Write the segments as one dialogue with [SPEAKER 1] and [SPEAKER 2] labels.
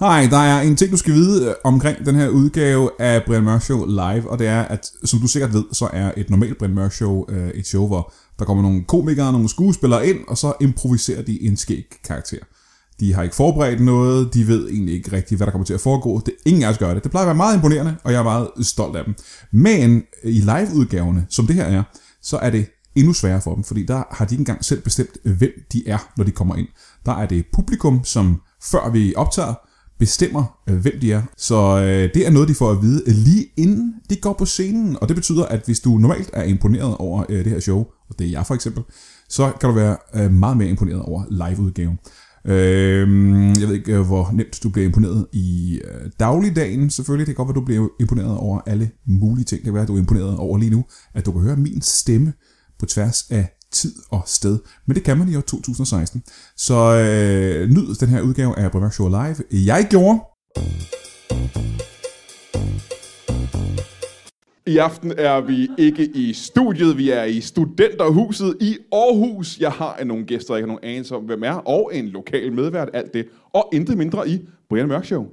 [SPEAKER 1] Hej, der er en ting, du skal vide øh, omkring den her udgave af Brian Mørk Show live, og det er, at som du sikkert ved, så er et normalt Brian Mørk Show øh, et show, hvor der kommer nogle komikere og nogle skuespillere ind, og så improviserer de en skæg karakter. De har ikke forberedt noget, de ved egentlig ikke rigtigt, hvad der kommer til at foregå. Det, ingen af os gør det. Det plejer at være meget imponerende, og jeg er meget stolt af dem. Men øh, i live-udgaverne, som det her er, så er det endnu sværere for dem, fordi der har de ikke engang selv bestemt, hvem de er, når de kommer ind. Der er det publikum, som før vi optager, bestemmer, øh, hvem de er. Så øh, det er noget, de får at vide øh, lige inden de går på scenen. Og det betyder, at hvis du normalt er imponeret over øh, det her show, og det er jeg for eksempel, så kan du være øh, meget mere imponeret over liveudgaven. Øh, jeg ved ikke, øh, hvor nemt du bliver imponeret i øh, dagligdagen selvfølgelig. Det kan godt være, du bliver imponeret over alle mulige ting. Det kan være, at du er imponeret over lige nu, at du kan høre min stemme på tværs af tid og sted. Men det kan man i år 2016. Så øh, nyd den her udgave af Brøndberg Show Live. Jeg gjorde...
[SPEAKER 2] I aften er vi ikke i studiet, vi er i studenterhuset i Aarhus. Jeg har nogle gæster, jeg ikke har nogen anelse om, hvem er, og en lokal medvært, alt det. Og intet mindre i Brian Mørk Show.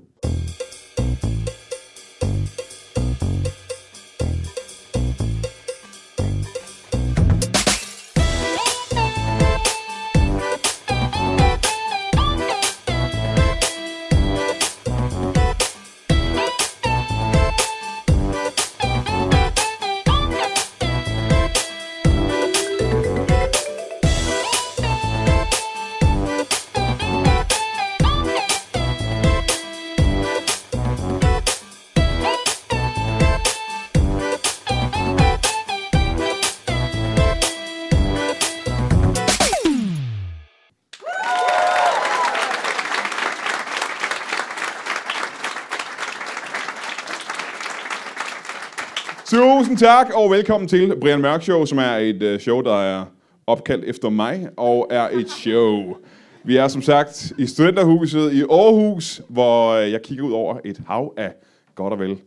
[SPEAKER 2] Tusind tak, og velkommen til Brian Mørk Show, som er et øh, show, der er opkaldt efter mig, og er et show. Vi er som sagt i studenterhuset i Aarhus, hvor øh, jeg kigger ud over et hav af godt og vel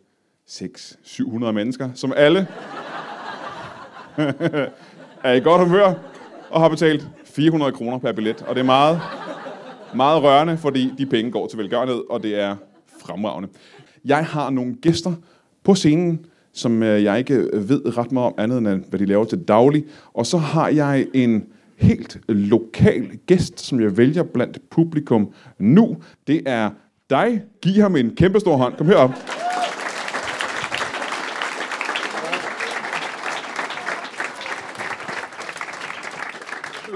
[SPEAKER 2] 600-700 mennesker, som alle er i godt humør og har betalt 400 kroner per billet. Og det er meget, meget rørende, fordi de penge går til velgørenhed, og det er fremragende. Jeg har nogle gæster på scenen, som øh, jeg ikke ved ret meget om andet end, hvad de laver til daglig. Og så har jeg en helt lokal gæst, som jeg vælger blandt publikum nu. Det er dig. Giv ham en kæmpe stor hånd. Kom herop.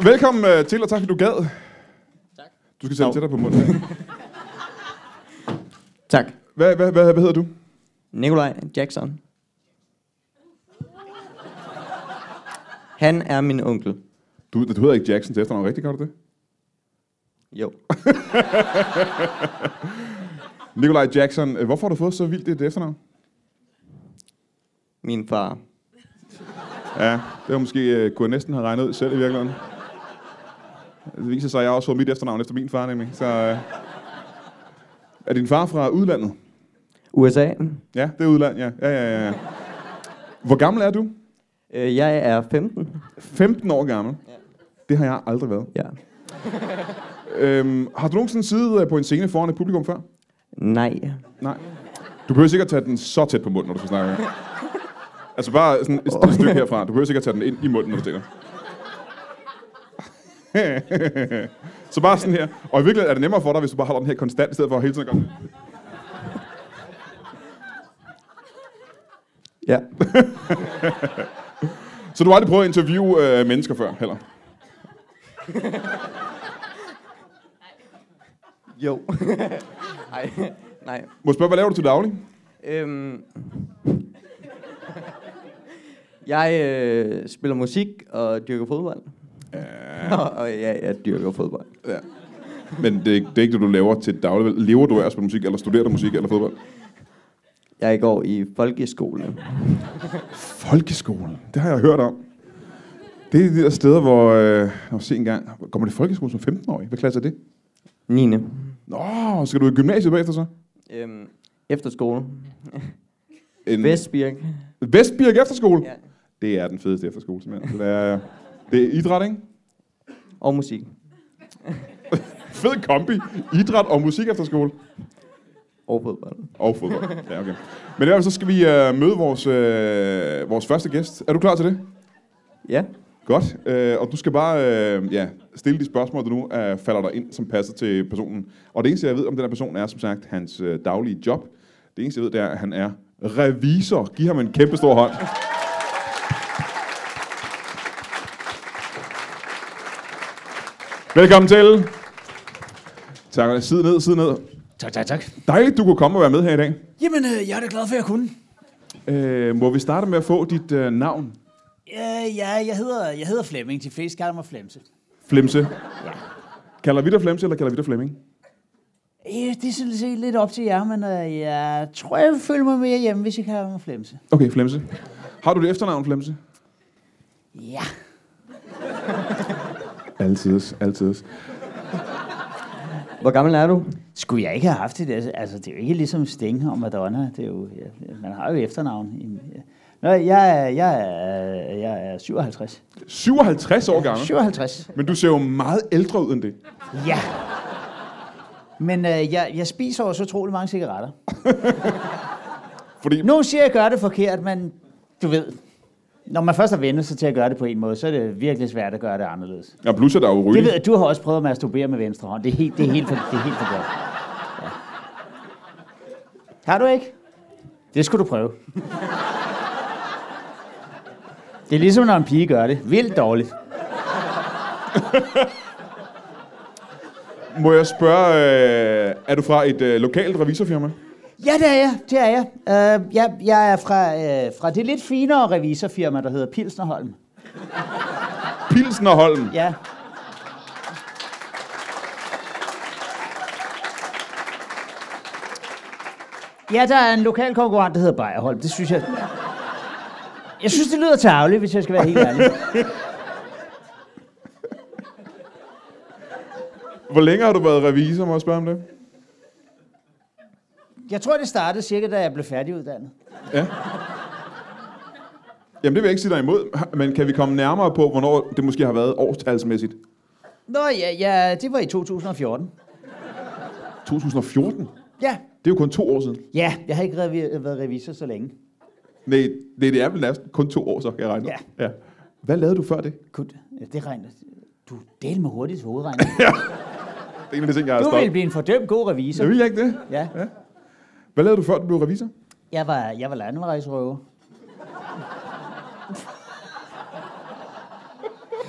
[SPEAKER 2] Velkommen øh, til, og tak fordi du gad.
[SPEAKER 3] Tak.
[SPEAKER 2] Du skal sætte til dig på munden.
[SPEAKER 3] Tak.
[SPEAKER 2] Hvad, hvad, hvad, hvad hedder du?
[SPEAKER 3] Nikolaj Jackson. Han er min onkel.
[SPEAKER 2] Du, du hedder ikke Jackson til efternavn, rigtig godt det?
[SPEAKER 3] Jo.
[SPEAKER 2] Nikolaj Jackson, øh, hvorfor har du fået så vildt et efternavn?
[SPEAKER 3] Min far.
[SPEAKER 2] Ja, det var måske, øh, kunne jeg næsten have regnet ud selv i virkeligheden. Det viser sig, at jeg også får mit efternavn efter min far nemlig. Så, øh, er din far fra udlandet?
[SPEAKER 3] USA.
[SPEAKER 2] Ja, det er udland, ja. ja, ja, ja, ja. Hvor gammel er du?
[SPEAKER 3] Øh, Jeg er 15.
[SPEAKER 2] 15 år gammel. Det har jeg aldrig været.
[SPEAKER 3] Ja.
[SPEAKER 2] Øhm, har du nogensinde siddet øh, på en scene foran et publikum før?
[SPEAKER 3] Nej.
[SPEAKER 2] Nej. Du behøver sikkert tage den så tæt på munden, når du skal snakke. Altså bare sådan et stille stykke herfra. Du behøver sikkert tage den ind i munden, når du tænker. så bare sådan her. Og i virkeligheden er det nemmere for dig, hvis du bare holder den her konstant, i stedet for hele tiden at gøre sådan.
[SPEAKER 3] Ja.
[SPEAKER 2] Så du har aldrig prøvet at interviewe øh, mennesker før, heller?
[SPEAKER 3] Jo. Nej. Nej.
[SPEAKER 2] Må jeg spørge, hvad laver du til daglig?
[SPEAKER 3] Øhm. Jeg øh, spiller musik og dyrker fodbold. Ja. og ja, jeg dyrker fodbold.
[SPEAKER 2] Ja. Men det er, ikke, det er ikke det, du laver til daglig. vel? Lever du af at spille musik, eller studerer du musik, eller fodbold?
[SPEAKER 3] Jeg går i folkeskole.
[SPEAKER 2] Folkeskolen. Det har jeg hørt om. Det er de der steder, hvor... Øh, nå, se en gang. Går man i folkeskole som 15-årig? Hvad klasse er det?
[SPEAKER 3] 9.
[SPEAKER 2] Nå, skal du i gymnasiet bagefter så?
[SPEAKER 3] Øhm, efterskole.
[SPEAKER 2] En
[SPEAKER 3] Vestbirk.
[SPEAKER 2] Vestbirk Efterskole?
[SPEAKER 3] Ja.
[SPEAKER 2] Det er den fedeste efterskole, simpelthen. Det er, det er idræt, ikke?
[SPEAKER 3] Og musik.
[SPEAKER 2] Fed kombi. Idræt og musik efterskole.
[SPEAKER 3] Og fodbold.
[SPEAKER 2] Og fodbold. Ja, okay. Men i hvert fald, så skal vi øh, møde vores, øh, vores første gæst. Er du klar til det?
[SPEAKER 3] Ja.
[SPEAKER 2] Godt. Øh, og du skal bare øh, ja, stille de spørgsmål, der nu øh, falder dig ind, som passer til personen. Og det eneste, jeg ved om den her person, er som sagt hans øh, daglige job. Det eneste, jeg ved, det er, at han er revisor. Giv ham en kæmpe stor hånd. Velkommen til. Tak. Sid ned, sid ned.
[SPEAKER 4] Tak, tak, tak.
[SPEAKER 2] Dejligt, du kunne komme og være med her i dag.
[SPEAKER 4] Jamen, øh, jeg er da glad for, at jeg kunne.
[SPEAKER 2] Øh, må vi starte med at få dit øh, navn,
[SPEAKER 4] Øh, ja, jeg hedder, jeg hedder Flemming. De fleste kalder mig Flemse.
[SPEAKER 2] Flemse? Ja. Kalder vi dig Flemse, eller kalder vi dig Flemming?
[SPEAKER 4] Øh, det er sådan set lidt op til jer, men øh, jeg tror, jeg vil føle mig mere hjemme, hvis jeg kalder mig Flemse.
[SPEAKER 2] Okay, Flemse. Har du det efternavn, Flemse?
[SPEAKER 4] Ja.
[SPEAKER 2] Altid, altid.
[SPEAKER 3] Hvor gammel er du?
[SPEAKER 4] Skulle jeg ikke have haft det? Altså, altså det er jo ikke ligesom Sting og Madonna. Det er jo, ja, man har jo efternavn. i- Ja. Nå, jeg, er- jeg, er- jeg er 57.
[SPEAKER 2] 57 år gammel.
[SPEAKER 4] 57.
[SPEAKER 2] Men du ser jo meget ældre ud end det.
[SPEAKER 4] Ja. Men øh, jeg, jeg spiser også utrolig mange cigaretter.
[SPEAKER 2] Fordi,
[SPEAKER 4] Nogle siger, at jeg gør det forkert, men du ved, når man først har vendt sig til at gøre det på en måde, så er det virkelig svært at gøre det anderledes.
[SPEAKER 2] ja, plus er der jo
[SPEAKER 4] Jeg
[SPEAKER 2] rygning.
[SPEAKER 4] ved, at du har også prøvet at masturbere med venstre hånd. Det er helt, det er helt, for, det er helt for godt. Ja. Har du ikke? Det skulle du prøve. Det er ligesom, når en pige gør det. Vildt dårligt.
[SPEAKER 2] Må jeg spørge, øh, er du fra et øh, lokalt revisorfirma?
[SPEAKER 4] Ja, det er jeg. Det er jeg. Øh, jeg, jeg er fra, øh, fra det lidt finere revisorfirma, der hedder Pilsnerholm.
[SPEAKER 2] Pilsen og Holm.
[SPEAKER 4] Ja. Ja, der er en lokal konkurrent, der hedder Bejerholm. Det synes jeg... Jeg synes, det lyder tavligt, hvis jeg skal være helt ærlig.
[SPEAKER 2] Hvor længe har du været revisor, må jeg spørge om det?
[SPEAKER 4] Jeg tror, det startede cirka, da jeg blev færdiguddannet.
[SPEAKER 2] Ja. Jamen, det vil jeg ikke sige dig imod, men kan vi komme nærmere på, hvornår det måske har været årstalsmæssigt?
[SPEAKER 4] Nå ja, ja, det var i 2014.
[SPEAKER 2] 2014?
[SPEAKER 4] Ja,
[SPEAKER 2] Det er jo kun to år siden.
[SPEAKER 4] ja jeg har ikke revi- været revisor så længe.
[SPEAKER 2] Nej, nej det er vel næsten kun to år, så kan jeg regne. ud. ja. Hvad lavede du før det?
[SPEAKER 4] Kun, ja, det regner... Du del med hurtigt til hovedregning.
[SPEAKER 2] Det er en af de ting, jeg har
[SPEAKER 4] Du
[SPEAKER 2] stoppet.
[SPEAKER 4] vil blive en fordømt god revisor.
[SPEAKER 2] Jeg vil jeg ikke det.
[SPEAKER 4] Ja,
[SPEAKER 2] Hvad lavede du før, du blev revisor?
[SPEAKER 4] jeg var, jeg var landevejsrøver.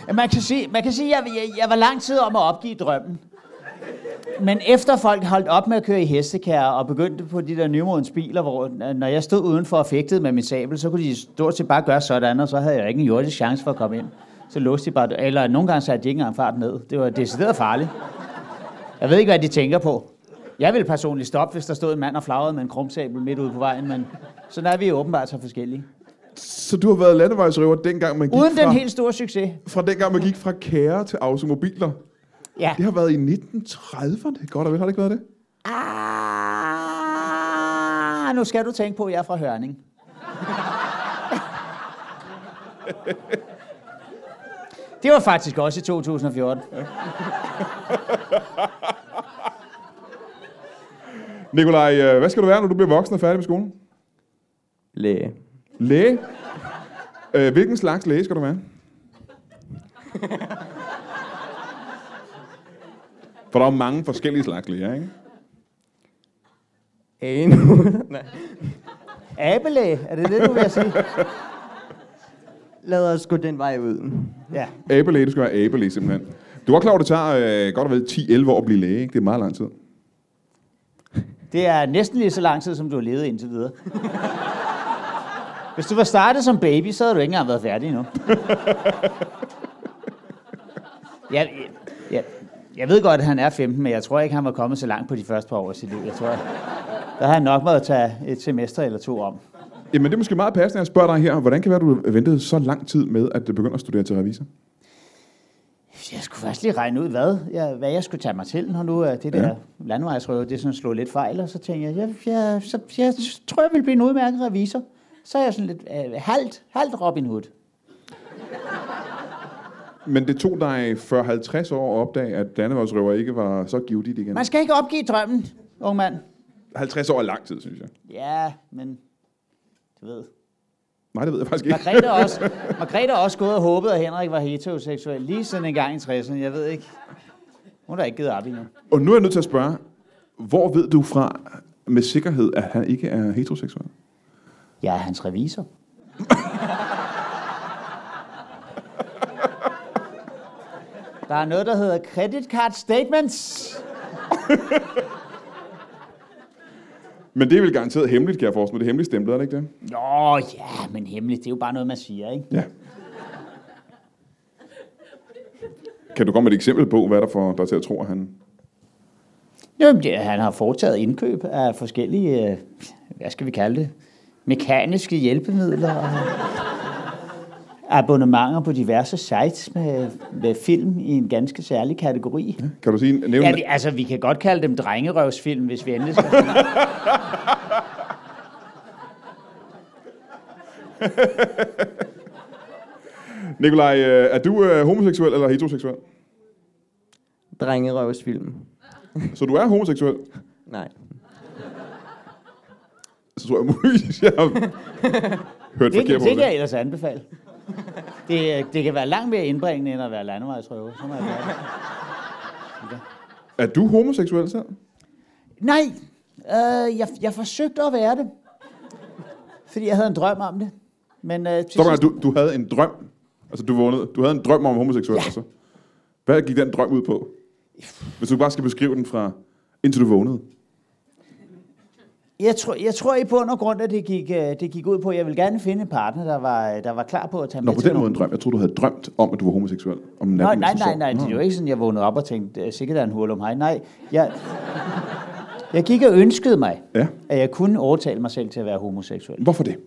[SPEAKER 4] Ja, Man kan sige, man kan sige at jeg, jeg, jeg var lang tid om at opgive drømmen. Men efter folk holdt op med at køre i hestekære og begyndte på de der nymodens biler, hvor øh, når jeg stod udenfor og fægtede med min sabel, så kunne de stort set bare gøre sådan, og så havde jeg ikke en jordisk chance for at komme ind. Så låste de bare, dø- eller nogle gange satte de ikke engang fart ned. Det var decideret farligt. Jeg ved ikke, hvad de tænker på. Jeg ville personligt stoppe, hvis der stod en mand og flagrede med en krumsabel midt ude på vejen, men sådan er vi jo åbenbart så forskellige.
[SPEAKER 2] Så du har været landevejsrøver, dengang man gik,
[SPEAKER 4] Uden
[SPEAKER 2] fra,
[SPEAKER 4] den helt store succes.
[SPEAKER 2] fra, dengang man gik fra kære til automobiler.
[SPEAKER 4] Ja.
[SPEAKER 2] Det har været i 1930'erne. Godt og vel, har det ikke været det?
[SPEAKER 4] Ah, nu skal du tænke på, at jeg er fra Hørning. Det var faktisk også i 2014.
[SPEAKER 2] Nikolaj, øh, hvad skal du være, når du bliver voksen og færdig med skolen?
[SPEAKER 3] Læge.
[SPEAKER 2] Læge? Øh, Hvilken slags læge skal du være? For der er jo mange forskellige slags læger, ikke?
[SPEAKER 3] Anu. Nej.
[SPEAKER 4] Abelæge, er det det, du vil sige?
[SPEAKER 3] Lad os gå den vej ud.
[SPEAKER 4] Ja.
[SPEAKER 2] Abelæge, du skal være abelæge simpelthen. Du er godt klar over, at det tager øh, godt og vel 10-11 år at blive læge, ikke? Det er meget lang tid.
[SPEAKER 4] Det er næsten lige så lang tid, som du har levet indtil videre. Hvis du var startet som baby, så havde du ikke engang været færdig endnu. Jeg, jeg, jeg ved godt, at han er 15, men jeg tror ikke, han var kommet så langt på de første par år af sit liv. Jeg tror, der har han nok måttet tage et semester eller to om.
[SPEAKER 2] Jamen, det er måske meget passende, at jeg spørger dig her. Hvordan kan det være, at du ventede så lang tid med, at du begynder at studere til revisor?
[SPEAKER 4] Jeg skulle først lige regne ud, hvad jeg, hvad jeg skulle tage mig til, når nu er det der ja. landvejsrøve, det sådan slog lidt fejl, og så tænkte jeg, jeg, jeg, så, jeg tror, jeg vil blive en udmærket revisor. Så er jeg sådan lidt øh, halvt, halvt Robin Hood.
[SPEAKER 2] Men det tog dig 40-50 år at opdage, at landevejsrøver ikke var så givet igen.
[SPEAKER 4] Man skal ikke opgive drømmen, ung mand.
[SPEAKER 2] 50 år er lang tid, synes jeg.
[SPEAKER 4] Ja, men du ved.
[SPEAKER 2] Nej, det ved jeg faktisk ikke.
[SPEAKER 4] Margrethe er også, Margrethe er også gået og håbet, at Henrik var heteroseksuel lige siden en gang i 60'erne. Jeg ved ikke. Hun har ikke givet op endnu.
[SPEAKER 2] Og nu er jeg nødt til at spørge, hvor ved du fra med sikkerhed, at han ikke er heteroseksuel?
[SPEAKER 4] Jeg er hans revisor. Der er noget, der hedder credit card statements.
[SPEAKER 2] Men det er vel garanteret hemmeligt, kan jeg forestille mig. Det er hemmeligt stemplet, er det ikke det?
[SPEAKER 4] Nå ja, men hemmeligt, det er jo bare noget, man siger, ikke?
[SPEAKER 2] Ja. Kan du komme med et eksempel på, hvad der får dig til at tro, at han...
[SPEAKER 4] Jamen, det, han har foretaget indkøb af forskellige, øh, hvad skal vi kalde det, mekaniske hjælpemidler og abonnementer på diverse sites med, med film i en ganske særlig kategori.
[SPEAKER 2] Kan du sige, nævne...
[SPEAKER 4] Ja, det, altså, vi kan godt kalde dem drengerøvsfilm, hvis vi endelig skal.
[SPEAKER 2] Nikolaj, øh, er du øh, homoseksuel eller heteroseksuel?
[SPEAKER 3] Drengerøvsfilm.
[SPEAKER 2] Så du er homoseksuel?
[SPEAKER 3] Nej.
[SPEAKER 2] Så tror jeg, muligvis, jeg har hørt
[SPEAKER 4] Det,
[SPEAKER 2] forkert
[SPEAKER 4] kan-
[SPEAKER 2] på
[SPEAKER 4] det kan
[SPEAKER 2] det.
[SPEAKER 4] jeg ellers anbefale. Det, øh, det kan være langt mere indbringende, end at være landevejsrøver. Så må jeg være.
[SPEAKER 2] Er du homoseksuel selv?
[SPEAKER 4] Nej, øh, jeg, jeg forsøgte at være det. Fordi jeg havde en drøm om det. Men øh, til
[SPEAKER 2] Så var
[SPEAKER 4] sidst-
[SPEAKER 2] du, du havde en drøm. Altså, du vågnede. Du havde en drøm om homoseksuel, ja.
[SPEAKER 4] Ja.
[SPEAKER 2] altså. Hvad gik den drøm ud på? Hvis du bare skal beskrive den fra, indtil du vågnede.
[SPEAKER 4] jeg, tror, jeg tror i bund og grund, at det gik, øh, det gik ud på, at jeg ville gerne finde en partner, der var, der var klar på at tage
[SPEAKER 2] Nå,
[SPEAKER 4] med
[SPEAKER 2] på
[SPEAKER 4] til
[SPEAKER 2] den måde en
[SPEAKER 4] nogle-
[SPEAKER 2] drøm. Jeg tror du havde drømt om, at du var homoseksuel. Om natten,
[SPEAKER 4] Nå,
[SPEAKER 2] mens
[SPEAKER 4] nej,
[SPEAKER 2] du
[SPEAKER 4] nej,
[SPEAKER 2] sov.
[SPEAKER 4] nej, det
[SPEAKER 2] Nå.
[SPEAKER 4] er jo ikke sådan, jeg vågnede op og tænkte, "Det er sikkert er en hurlum hej. Nej, jeg, jeg gik og ønskede mig,
[SPEAKER 2] Ja.
[SPEAKER 4] at jeg kunne overtale mig selv til at være homoseksuel.
[SPEAKER 2] Hvorfor det?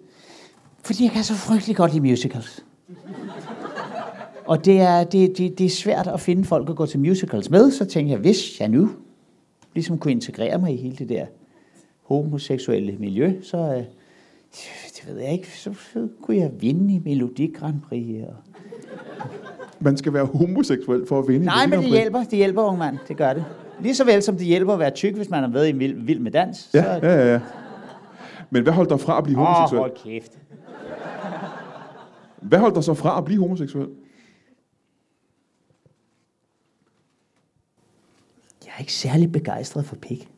[SPEAKER 4] Fordi jeg kan så frygtelig godt lide musicals. Og det er, det, det, det er svært at finde folk at gå til musicals med, så tænkte jeg, hvis jeg nu ligesom kunne integrere mig i hele det der homoseksuelle miljø, så øh, det ved jeg ikke, så, så kunne jeg vinde i Melodi Grand Prix. Og...
[SPEAKER 2] Man skal være homoseksuel for at vinde. i
[SPEAKER 4] Nej, men
[SPEAKER 2] Melodi
[SPEAKER 4] det
[SPEAKER 2] Grand Prix.
[SPEAKER 4] hjælper, det hjælper, unge mand, det gør det. Lige så vel som det hjælper at være tyk, hvis man er med i Vild, vild med Dans. så...
[SPEAKER 2] Ja, ja, ja, ja. Men hvad holdt dig fra at blive
[SPEAKER 4] Åh,
[SPEAKER 2] homoseksuel?
[SPEAKER 4] hold kæft.
[SPEAKER 2] Hvad holdt dig så fra at blive homoseksuel?
[SPEAKER 4] Jeg er ikke særlig begejstret for pik.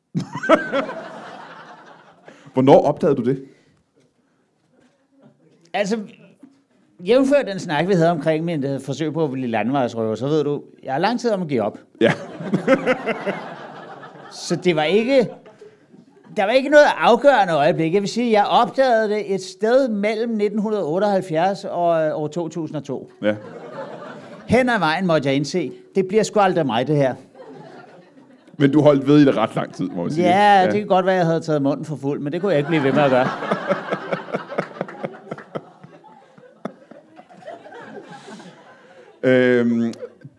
[SPEAKER 2] Hvornår opdagede du det?
[SPEAKER 4] Altså, jævnfør den snak, vi havde omkring min øh, forsøg på at blive landvejsrøver, så ved du, jeg har lang tid om at give op.
[SPEAKER 2] Ja.
[SPEAKER 4] Så det var ikke... Der var ikke noget afgørende øjeblik. Jeg vil sige, jeg opdagede det et sted mellem 1978 og øh, år 2002.
[SPEAKER 2] Ja.
[SPEAKER 4] Hen ad vejen måtte jeg indse, det bliver sgu aldrig mig, det her.
[SPEAKER 2] Men du holdt ved i det ret lang tid, må man sige.
[SPEAKER 4] Ja, det kan godt være, jeg havde taget munden for fuld, men det kunne jeg ikke blive ved med at gøre.
[SPEAKER 2] Øhm,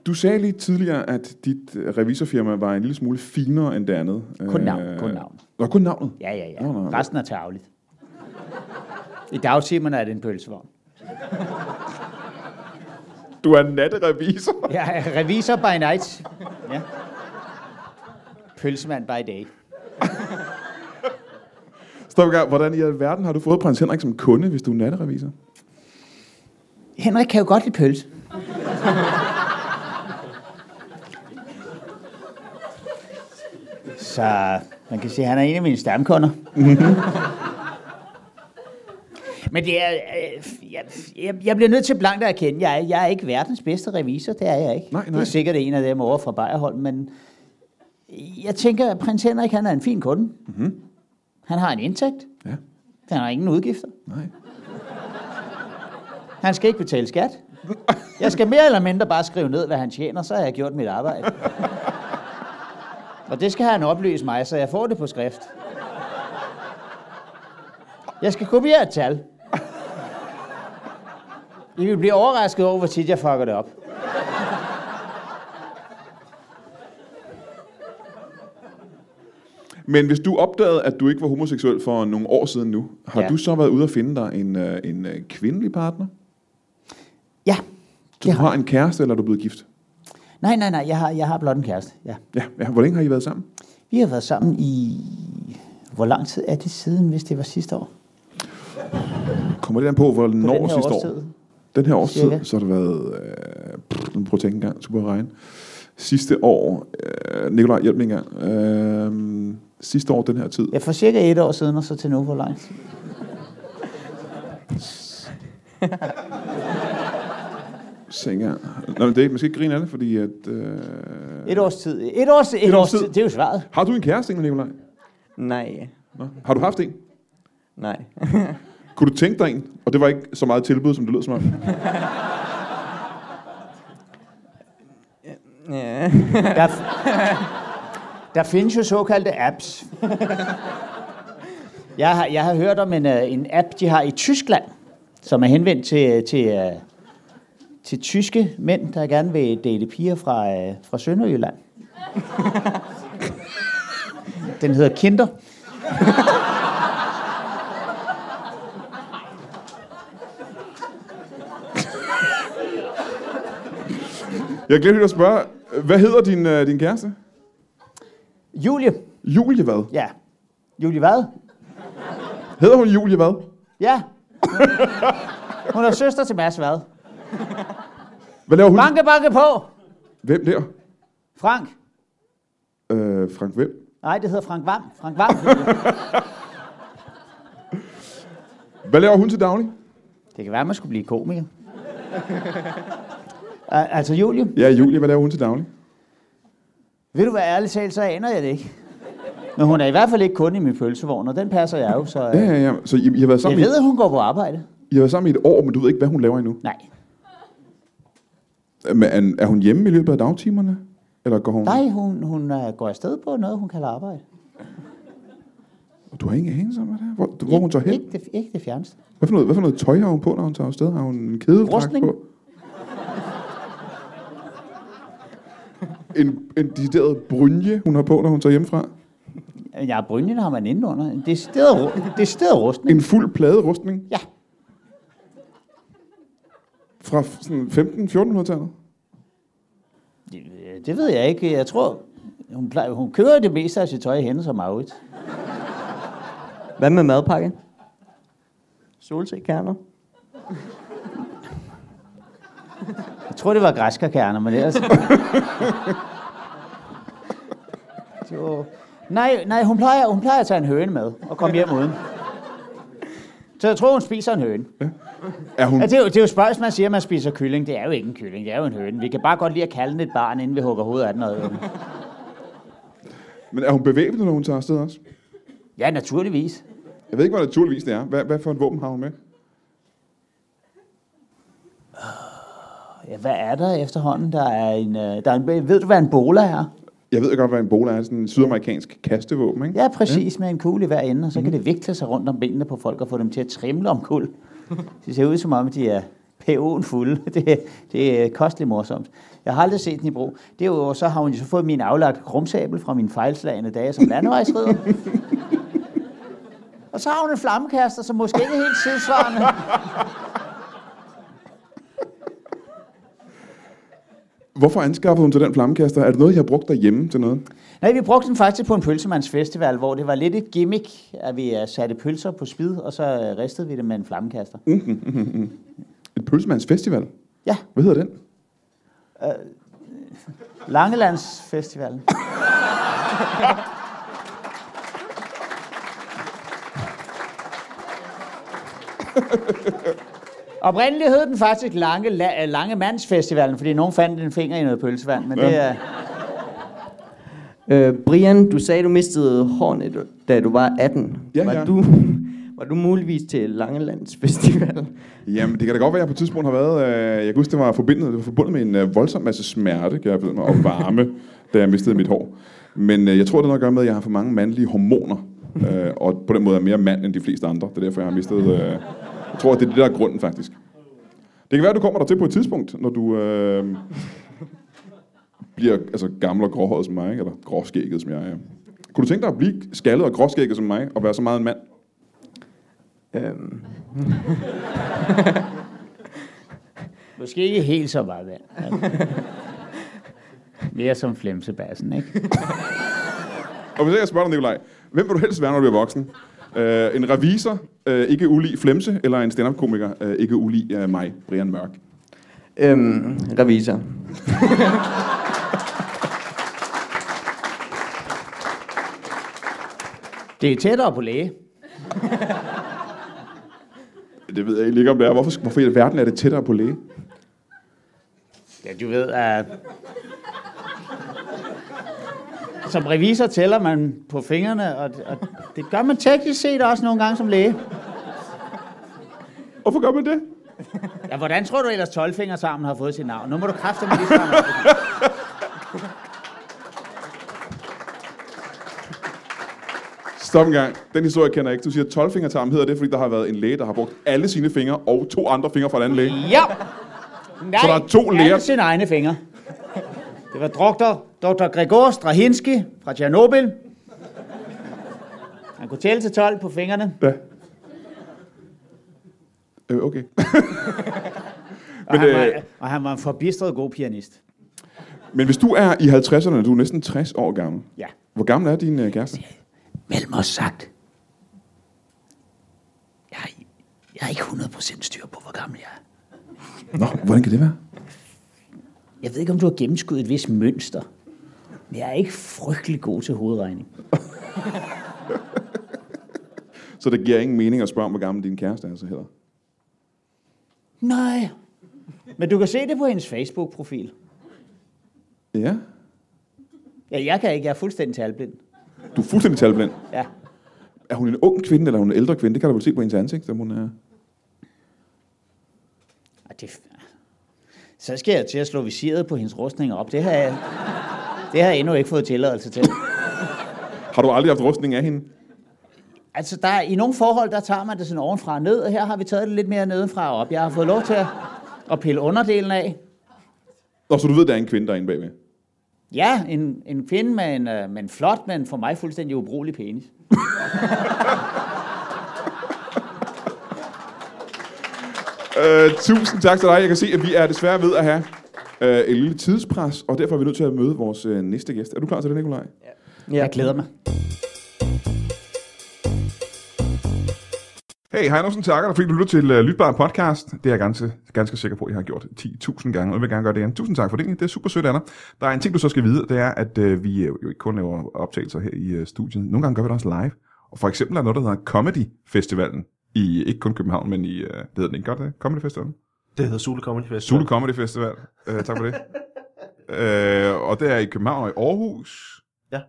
[SPEAKER 2] du sagde lige tidligere, at dit øh, revisorfirma var en lille smule finere end det andet. Øh,
[SPEAKER 4] Kun navn, kun navn.
[SPEAKER 2] Nå, kun navnet?
[SPEAKER 4] Ja, ja, ja.
[SPEAKER 2] Nå, nå, nå.
[SPEAKER 4] Resten er tageligt. I dagtimerne er det en pølsevogn.
[SPEAKER 2] Du er natterevisor.
[SPEAKER 4] Jeg er revisor by night. Ja. Pølsemand by day.
[SPEAKER 2] Stop i gang. Hvordan i alverden har du fået prins Henrik som kunde, hvis du er natterevisor?
[SPEAKER 4] Henrik kan jo godt lide pølse. Så man kan sige, at han er en af mine stamkunder.
[SPEAKER 2] Mm-hmm.
[SPEAKER 4] Men det er, øh, jeg, jeg, jeg bliver nødt til blankt at erkende, jeg, er- jeg er ikke verdens bedste revisor, det er jeg ikke.
[SPEAKER 2] Nej,
[SPEAKER 4] Det
[SPEAKER 2] nej.
[SPEAKER 4] er sikkert en af dem over fra Bayerholm, men jeg tænker, at prins Henrik han er en fin kunde. Mm-hmm. Han har en indtægt,
[SPEAKER 2] Ja,
[SPEAKER 4] han har ingen udgifter.
[SPEAKER 2] nej.
[SPEAKER 4] Han skal ikke betale skat. Jeg skal mere eller mindre bare skrive ned, hvad han tjener, så har jeg gjort mit arbejde. Og det skal han oplyse mig, så jeg får det på skrift. Jeg skal kopiere et tal. I vil blive overrasket over, hvor tit jeg fucker det op.
[SPEAKER 2] Men hvis du opdagede, at du ikke var homoseksuel for nogle år siden nu, har ja.
[SPEAKER 4] Ja.
[SPEAKER 2] du så været ude at finde dig en, øh, en øh, kvindelig partner?
[SPEAKER 4] Ja.
[SPEAKER 2] Så du har en kæreste, eller er du blevet gift?
[SPEAKER 4] Nej, nej, nej, jeg har, jeg har blot en kæreste. Ja.
[SPEAKER 2] Ja, ja. Hvor længe har I været sammen?
[SPEAKER 4] Vi har været sammen i... Hvor lang tid er det siden, hvis det var sidste år?
[SPEAKER 2] Kommer det an på,
[SPEAKER 4] På
[SPEAKER 2] hvornår
[SPEAKER 4] den her
[SPEAKER 2] sidste år?
[SPEAKER 4] årstid?
[SPEAKER 2] Den her årstid,
[SPEAKER 4] Cirka.
[SPEAKER 2] så har det været... Øh, pff, nu prøv at tænke engang, jeg skal bare regne. Sidste år... Øh, Nikolaj, hjælp mig engang. Øh, sidste år, den her tid.
[SPEAKER 4] Ja, for cirka et år siden, og så til nu, hvor lang tid?
[SPEAKER 2] Så ikke engang. Nå, men det, man skal ikke grine af det, fordi at... Øh,
[SPEAKER 4] Et års tid. Et års, et, et
[SPEAKER 2] års
[SPEAKER 4] års tid.
[SPEAKER 2] tid.
[SPEAKER 4] Det er jo svaret.
[SPEAKER 2] har du en kæreste, Inger Nikolaj?
[SPEAKER 3] Nej,
[SPEAKER 2] Nå? Har du haft en?
[SPEAKER 3] nej.
[SPEAKER 2] Kunne du tænke dig en? Og det var ikke så meget tilbud, som det lød som om.
[SPEAKER 3] Ja.
[SPEAKER 4] Der, der findes jo såkaldte apps. Jeg har, jeg har hørt om en, øh, en app, de har i Tyskland, som er henvendt til, til, øh, til tyske mænd, der gerne vil date piger fra, øh, fra Sønderjylland. Den hedder Kinder.
[SPEAKER 2] Jeg glemte helt at spørge, hvad hedder din, øh, din kæreste?
[SPEAKER 4] Julie.
[SPEAKER 2] Julie hvad?
[SPEAKER 4] Ja. Julie hvad?
[SPEAKER 2] Hedder hun Julie hvad?
[SPEAKER 4] Ja. Hun er søster til Mads hvad?
[SPEAKER 2] Hvad laver hun?
[SPEAKER 4] Banke, banke på!
[SPEAKER 2] Hvem der?
[SPEAKER 4] Frank.
[SPEAKER 2] Øh, Frank hvem?
[SPEAKER 4] Nej, det hedder Frank Vam. Frank Vam.
[SPEAKER 2] Hvad laver hun til daglig?
[SPEAKER 4] det kan være, man skulle blive komiker. Al- altså, Julie,
[SPEAKER 2] Ja, Julie, hvad laver hun til daglig?
[SPEAKER 4] vil du være ærlig talt, så aner jeg det ikke. Men hun er i hvert fald ikke kun i min pølsevogn, og den passer jeg jo, så...
[SPEAKER 2] Ja,
[SPEAKER 4] Øh,
[SPEAKER 2] ja, ja. Så I, I, har været
[SPEAKER 4] jeg
[SPEAKER 2] sammen i,
[SPEAKER 4] ved, at hun går på arbejde.
[SPEAKER 2] I har været sammen i et år, men du ved ikke, hvad hun laver endnu.
[SPEAKER 4] Nej.
[SPEAKER 2] Men er- er hun hjemme i løbet af dagtimerne? Eller går hun...
[SPEAKER 4] Nej, hun, hun øh, går afsted på noget, hun kalder arbejde.
[SPEAKER 2] Du har ingen anelse om, hvad det er? Hvor, hvor hun tager hen?
[SPEAKER 4] Ikke det, ikke det fjerneste.
[SPEAKER 2] Hvad for, noget, hvad for noget tøj har hun på, når hun tager afsted? Har hun en kædedragt
[SPEAKER 4] Rustning.
[SPEAKER 2] på? En, en decideret brynje, hun har på, når hun tager hjemmefra?
[SPEAKER 4] Ja, brynjen har man indenunder. Det er stedet, det er stedet rustning.
[SPEAKER 2] En fuld plade rustning?
[SPEAKER 4] Ja.
[SPEAKER 2] Fra f- sådan 15-1400-tallet?
[SPEAKER 4] Det, det ved jeg ikke. Jeg tror, hun, plejer, hun kører det meste af sit tøj i hende som Maurits.
[SPEAKER 3] Hvad med madpakke? Solsikkerner?
[SPEAKER 4] Jeg tror, det var græskarkerner, men ellers... så... Nej, nej hun, plejer, hun plejer at tage en høne med og komme hjem uden. Så jeg tror, hun spiser en høne.
[SPEAKER 2] Er hun,
[SPEAKER 4] Ja, det, er jo, det er jo spøjs, man siger, at man spiser kylling. Det er jo ikke en kylling, det er jo en høne. Vi kan bare godt lide at kalde den et barn, inden vi hugger hovedet af den. Og... Altså-
[SPEAKER 2] men er hun bevæbnet, når hun tager afsted også?
[SPEAKER 4] Ja, naturligvis.
[SPEAKER 2] Jeg ved ikke, hvor naturligvis det er. Hvad, hvad for et våben har hun med?
[SPEAKER 4] Ja, hvad er der efterhånden? Der er en, øh, der er en, ved du, hvad en bola er?
[SPEAKER 2] Jeg ved godt, hvad en bola er. Sådan en sydamerikansk kastevåben, ikke?
[SPEAKER 4] Ja, præcis, med en kugle i hver ende, og så kan det vikle sig rundt om benene på folk og få dem til at trimle om kul. Det ser ud som om, de er PO'en fulde. Det, det er kosteligt morsomt. Jeg har aldrig set den i brug. Derudover så har hun jo så fået min aflagt krumsabel fra mine fejlslagende dage som landevejsrider. og så har hun en flammekaster, som måske ikke er helt tidsvarende.
[SPEAKER 2] Hvorfor anskaffede hun til den flammekaster? Er det noget, jeg har brugt derhjemme til noget?
[SPEAKER 4] Nej, vi brugte den faktisk på en pølsemandsfestival, hvor det var lidt et gimmick, at vi øh, satte pølser på spid, og så øh, ristede vi det med en flammekaster.
[SPEAKER 2] Et pølsemandsfestival?
[SPEAKER 4] Ja,
[SPEAKER 2] Hvad hedder den?
[SPEAKER 4] Langelandsfestivalen. Oprindeligt hed den faktisk Lange, La- øh, Langemandsfestivalen, fordi nogen fandt en finger i noget pølsevand, men det er...
[SPEAKER 3] Øh, Brian, du sagde, du mistede hårene, du- da du var 18.
[SPEAKER 2] Ja,
[SPEAKER 3] var,
[SPEAKER 2] ja.
[SPEAKER 3] Du, var du muligvis til Langelands Festival?
[SPEAKER 2] Jamen, det kan da godt være, at jeg på et tidspunkt har været... Øh, jeg kan huske, det var forbundet, det var forbundet med en øh, voldsom masse smerte, kan jeg fortælle mig, og varme, da jeg mistede mit hår. Men øh, jeg tror, det har noget at gøre med, at jeg har for mange mandlige hormoner, øh, og på den måde er mere mand end de fleste andre. Det er derfor, jeg har mistet... Øh, jeg tror, det er det, der er grunden, faktisk. Det kan være, du kommer dertil på et tidspunkt, når du øh, bliver altså, gammel og gråhåret som mig, ikke? eller gråskægget som jeg er. Kunne du tænke dig at blive skaldet og gråskægget som mig, og være så meget en mand?
[SPEAKER 3] øhm,
[SPEAKER 4] Måske ikke helt så meget vand. Mere som flemsebassen, ikke?
[SPEAKER 2] Og hvis jeg spørger dig, Nikolaj, Hvem vil du helst være, når du bliver voksen? Øh, en revisor, øh, ikke ulig Flemse, eller en stand-up-komiker, øh, ikke ulig øh, mig, Brian Mørk?
[SPEAKER 3] Øhm, revisor.
[SPEAKER 4] Det er tættere på læge.
[SPEAKER 2] Det ved jeg egentlig ikke, om det er. Hvorfor, hvorfor i verden er det tættere på læge?
[SPEAKER 4] Ja, du ved, at... Som revisor tæller man på fingrene, og, og det gør man teknisk set også nogle gange som læge.
[SPEAKER 2] Hvorfor gør man det?
[SPEAKER 4] Ja, hvordan tror du ellers 12 fingre sammen har fået sit navn? Nu må du kræfte med det sammen.
[SPEAKER 2] Stop en gang. Den historie kender jeg ikke. Du siger 12 fingertarm hedder det, fordi der har været en læge, der har brugt alle sine fingre og to andre fingre fra en anden læge.
[SPEAKER 4] Ja! Nej,
[SPEAKER 2] Så der er to læger.
[SPEAKER 4] Alle sine egne fingre. Det var doktor, doktor Gregor Strahinski fra Tjernobyl. Han kunne tælle til 12 på fingrene.
[SPEAKER 2] Ja. Øh, okay.
[SPEAKER 4] Og,
[SPEAKER 2] Men,
[SPEAKER 4] han var,
[SPEAKER 2] øh,
[SPEAKER 4] og han var en forbistret god pianist.
[SPEAKER 2] Men hvis du er i 50'erne, du er næsten 60 år gammel.
[SPEAKER 4] Ja.
[SPEAKER 2] Hvor gammel er din øh, kæreste?
[SPEAKER 4] Mellem os sagt. Jeg har, jeg har ikke 100% styr på, hvor gammel jeg er.
[SPEAKER 2] Nå, hvordan kan det være?
[SPEAKER 4] Jeg ved ikke, om du har gennemskuddet et vist mønster. Men jeg er ikke frygtelig god til hovedregning.
[SPEAKER 2] Så det giver ingen mening at spørge om, hvor gammel din kæreste altså hedder.
[SPEAKER 4] Nej. Men du kan se det på hendes Facebook-profil.
[SPEAKER 2] Ja.
[SPEAKER 4] Ja, jeg kan ikke. Jeg er fuldstændig talblind.
[SPEAKER 2] Du er fuldstændig talblind.
[SPEAKER 4] Ja.
[SPEAKER 2] Er hun en ung kvinde, eller er hun en ældre kvinde? Det kan du vel se på hendes ansigt, om hun er...
[SPEAKER 4] Ej, Det... Så skal jeg til at slå visiret på hendes rustninger op. Det har jeg, det har jeg endnu ikke fået tilladelse til.
[SPEAKER 2] Har du aldrig haft rustning af hende?
[SPEAKER 4] Altså, der er, i nogle forhold, der tager man det sådan ovenfra og ned, og her har vi taget det lidt mere nedenfra og op. Jeg har fået lov til at, at pille underdelen af.
[SPEAKER 2] Nå, så du ved, der er en kvinde derinde bagved.
[SPEAKER 4] Ja, en, en kvinde med en, øh, med en flot, men for mig fuldstændig ubrugelig penis.
[SPEAKER 2] Øh, tusind tak til dig. Jeg kan se, at vi er desværre ved at have øh, en lille tidspres, og derfor er vi nødt til at møde vores øh, næste gæst. Er du klar til det, Nikolaj? Ja.
[SPEAKER 3] Ja.
[SPEAKER 4] Jeg glæder mig.
[SPEAKER 2] Hey, Heinolfsen takker dig, fordi du lytter til øh, Lytbar Podcast. Det er jeg ganske, ganske sikker på, at jeg har gjort 10.000 gange, og jeg vil gerne gøre det igen. Tusind tak for det. Det er super sødt af dig. Der er en ting, du så skal vide, det er, at øh, vi øh, jo ikke kun laver optagelser her i øh, studiet. Nogle gange gør vi det også live. Og for eksempel er der noget, der hedder Comedy Festivalen. I, ikke kun København, men i, øh, det hedder den ikke godt, øh, Comedy Festivalen?
[SPEAKER 5] Det hedder Sule Comedy Fest.
[SPEAKER 2] Zulu Comedy Festival. Øh, tak for det. øh, og det er i København og i Aarhus.
[SPEAKER 5] Ja.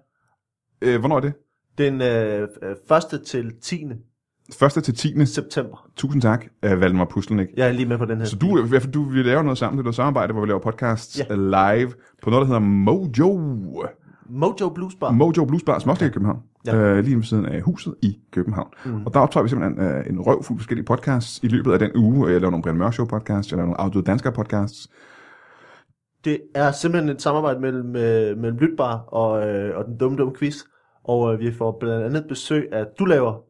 [SPEAKER 2] Øh, hvornår er det?
[SPEAKER 5] Den øh, øh, første til 10.
[SPEAKER 2] 1. til 10.
[SPEAKER 5] september.
[SPEAKER 2] Tusind tak, øh, Valdemar Puslenik.
[SPEAKER 5] Jeg er lige med på den her.
[SPEAKER 2] Så du, i hvert fald, du, vi laver noget sammen, det er noget samarbejde, hvor vi laver podcasts
[SPEAKER 5] Ja.
[SPEAKER 2] ja. live på noget, der hedder Mojo.
[SPEAKER 5] Mojo Blues Bar.
[SPEAKER 2] Mojo Blues Bar, som også ligger i København.
[SPEAKER 5] Ah. Ja.
[SPEAKER 2] Ja. Øh, lige ved siden af huset i København. Mm. Og der optager vi simpelthen øh, en røvfuld forskellige podcasts i løbet af den uge. Jeg laver nogle Brian Mørk Show podcasts, jeg laver nogle Audio Dansker podcasts.
[SPEAKER 5] det er simpelthen et samarbejde mellem, øh, mellem Lytbar og, øh, og den dumme, dumme quiz. Og øh, vi får blandt andet besøg af, du laver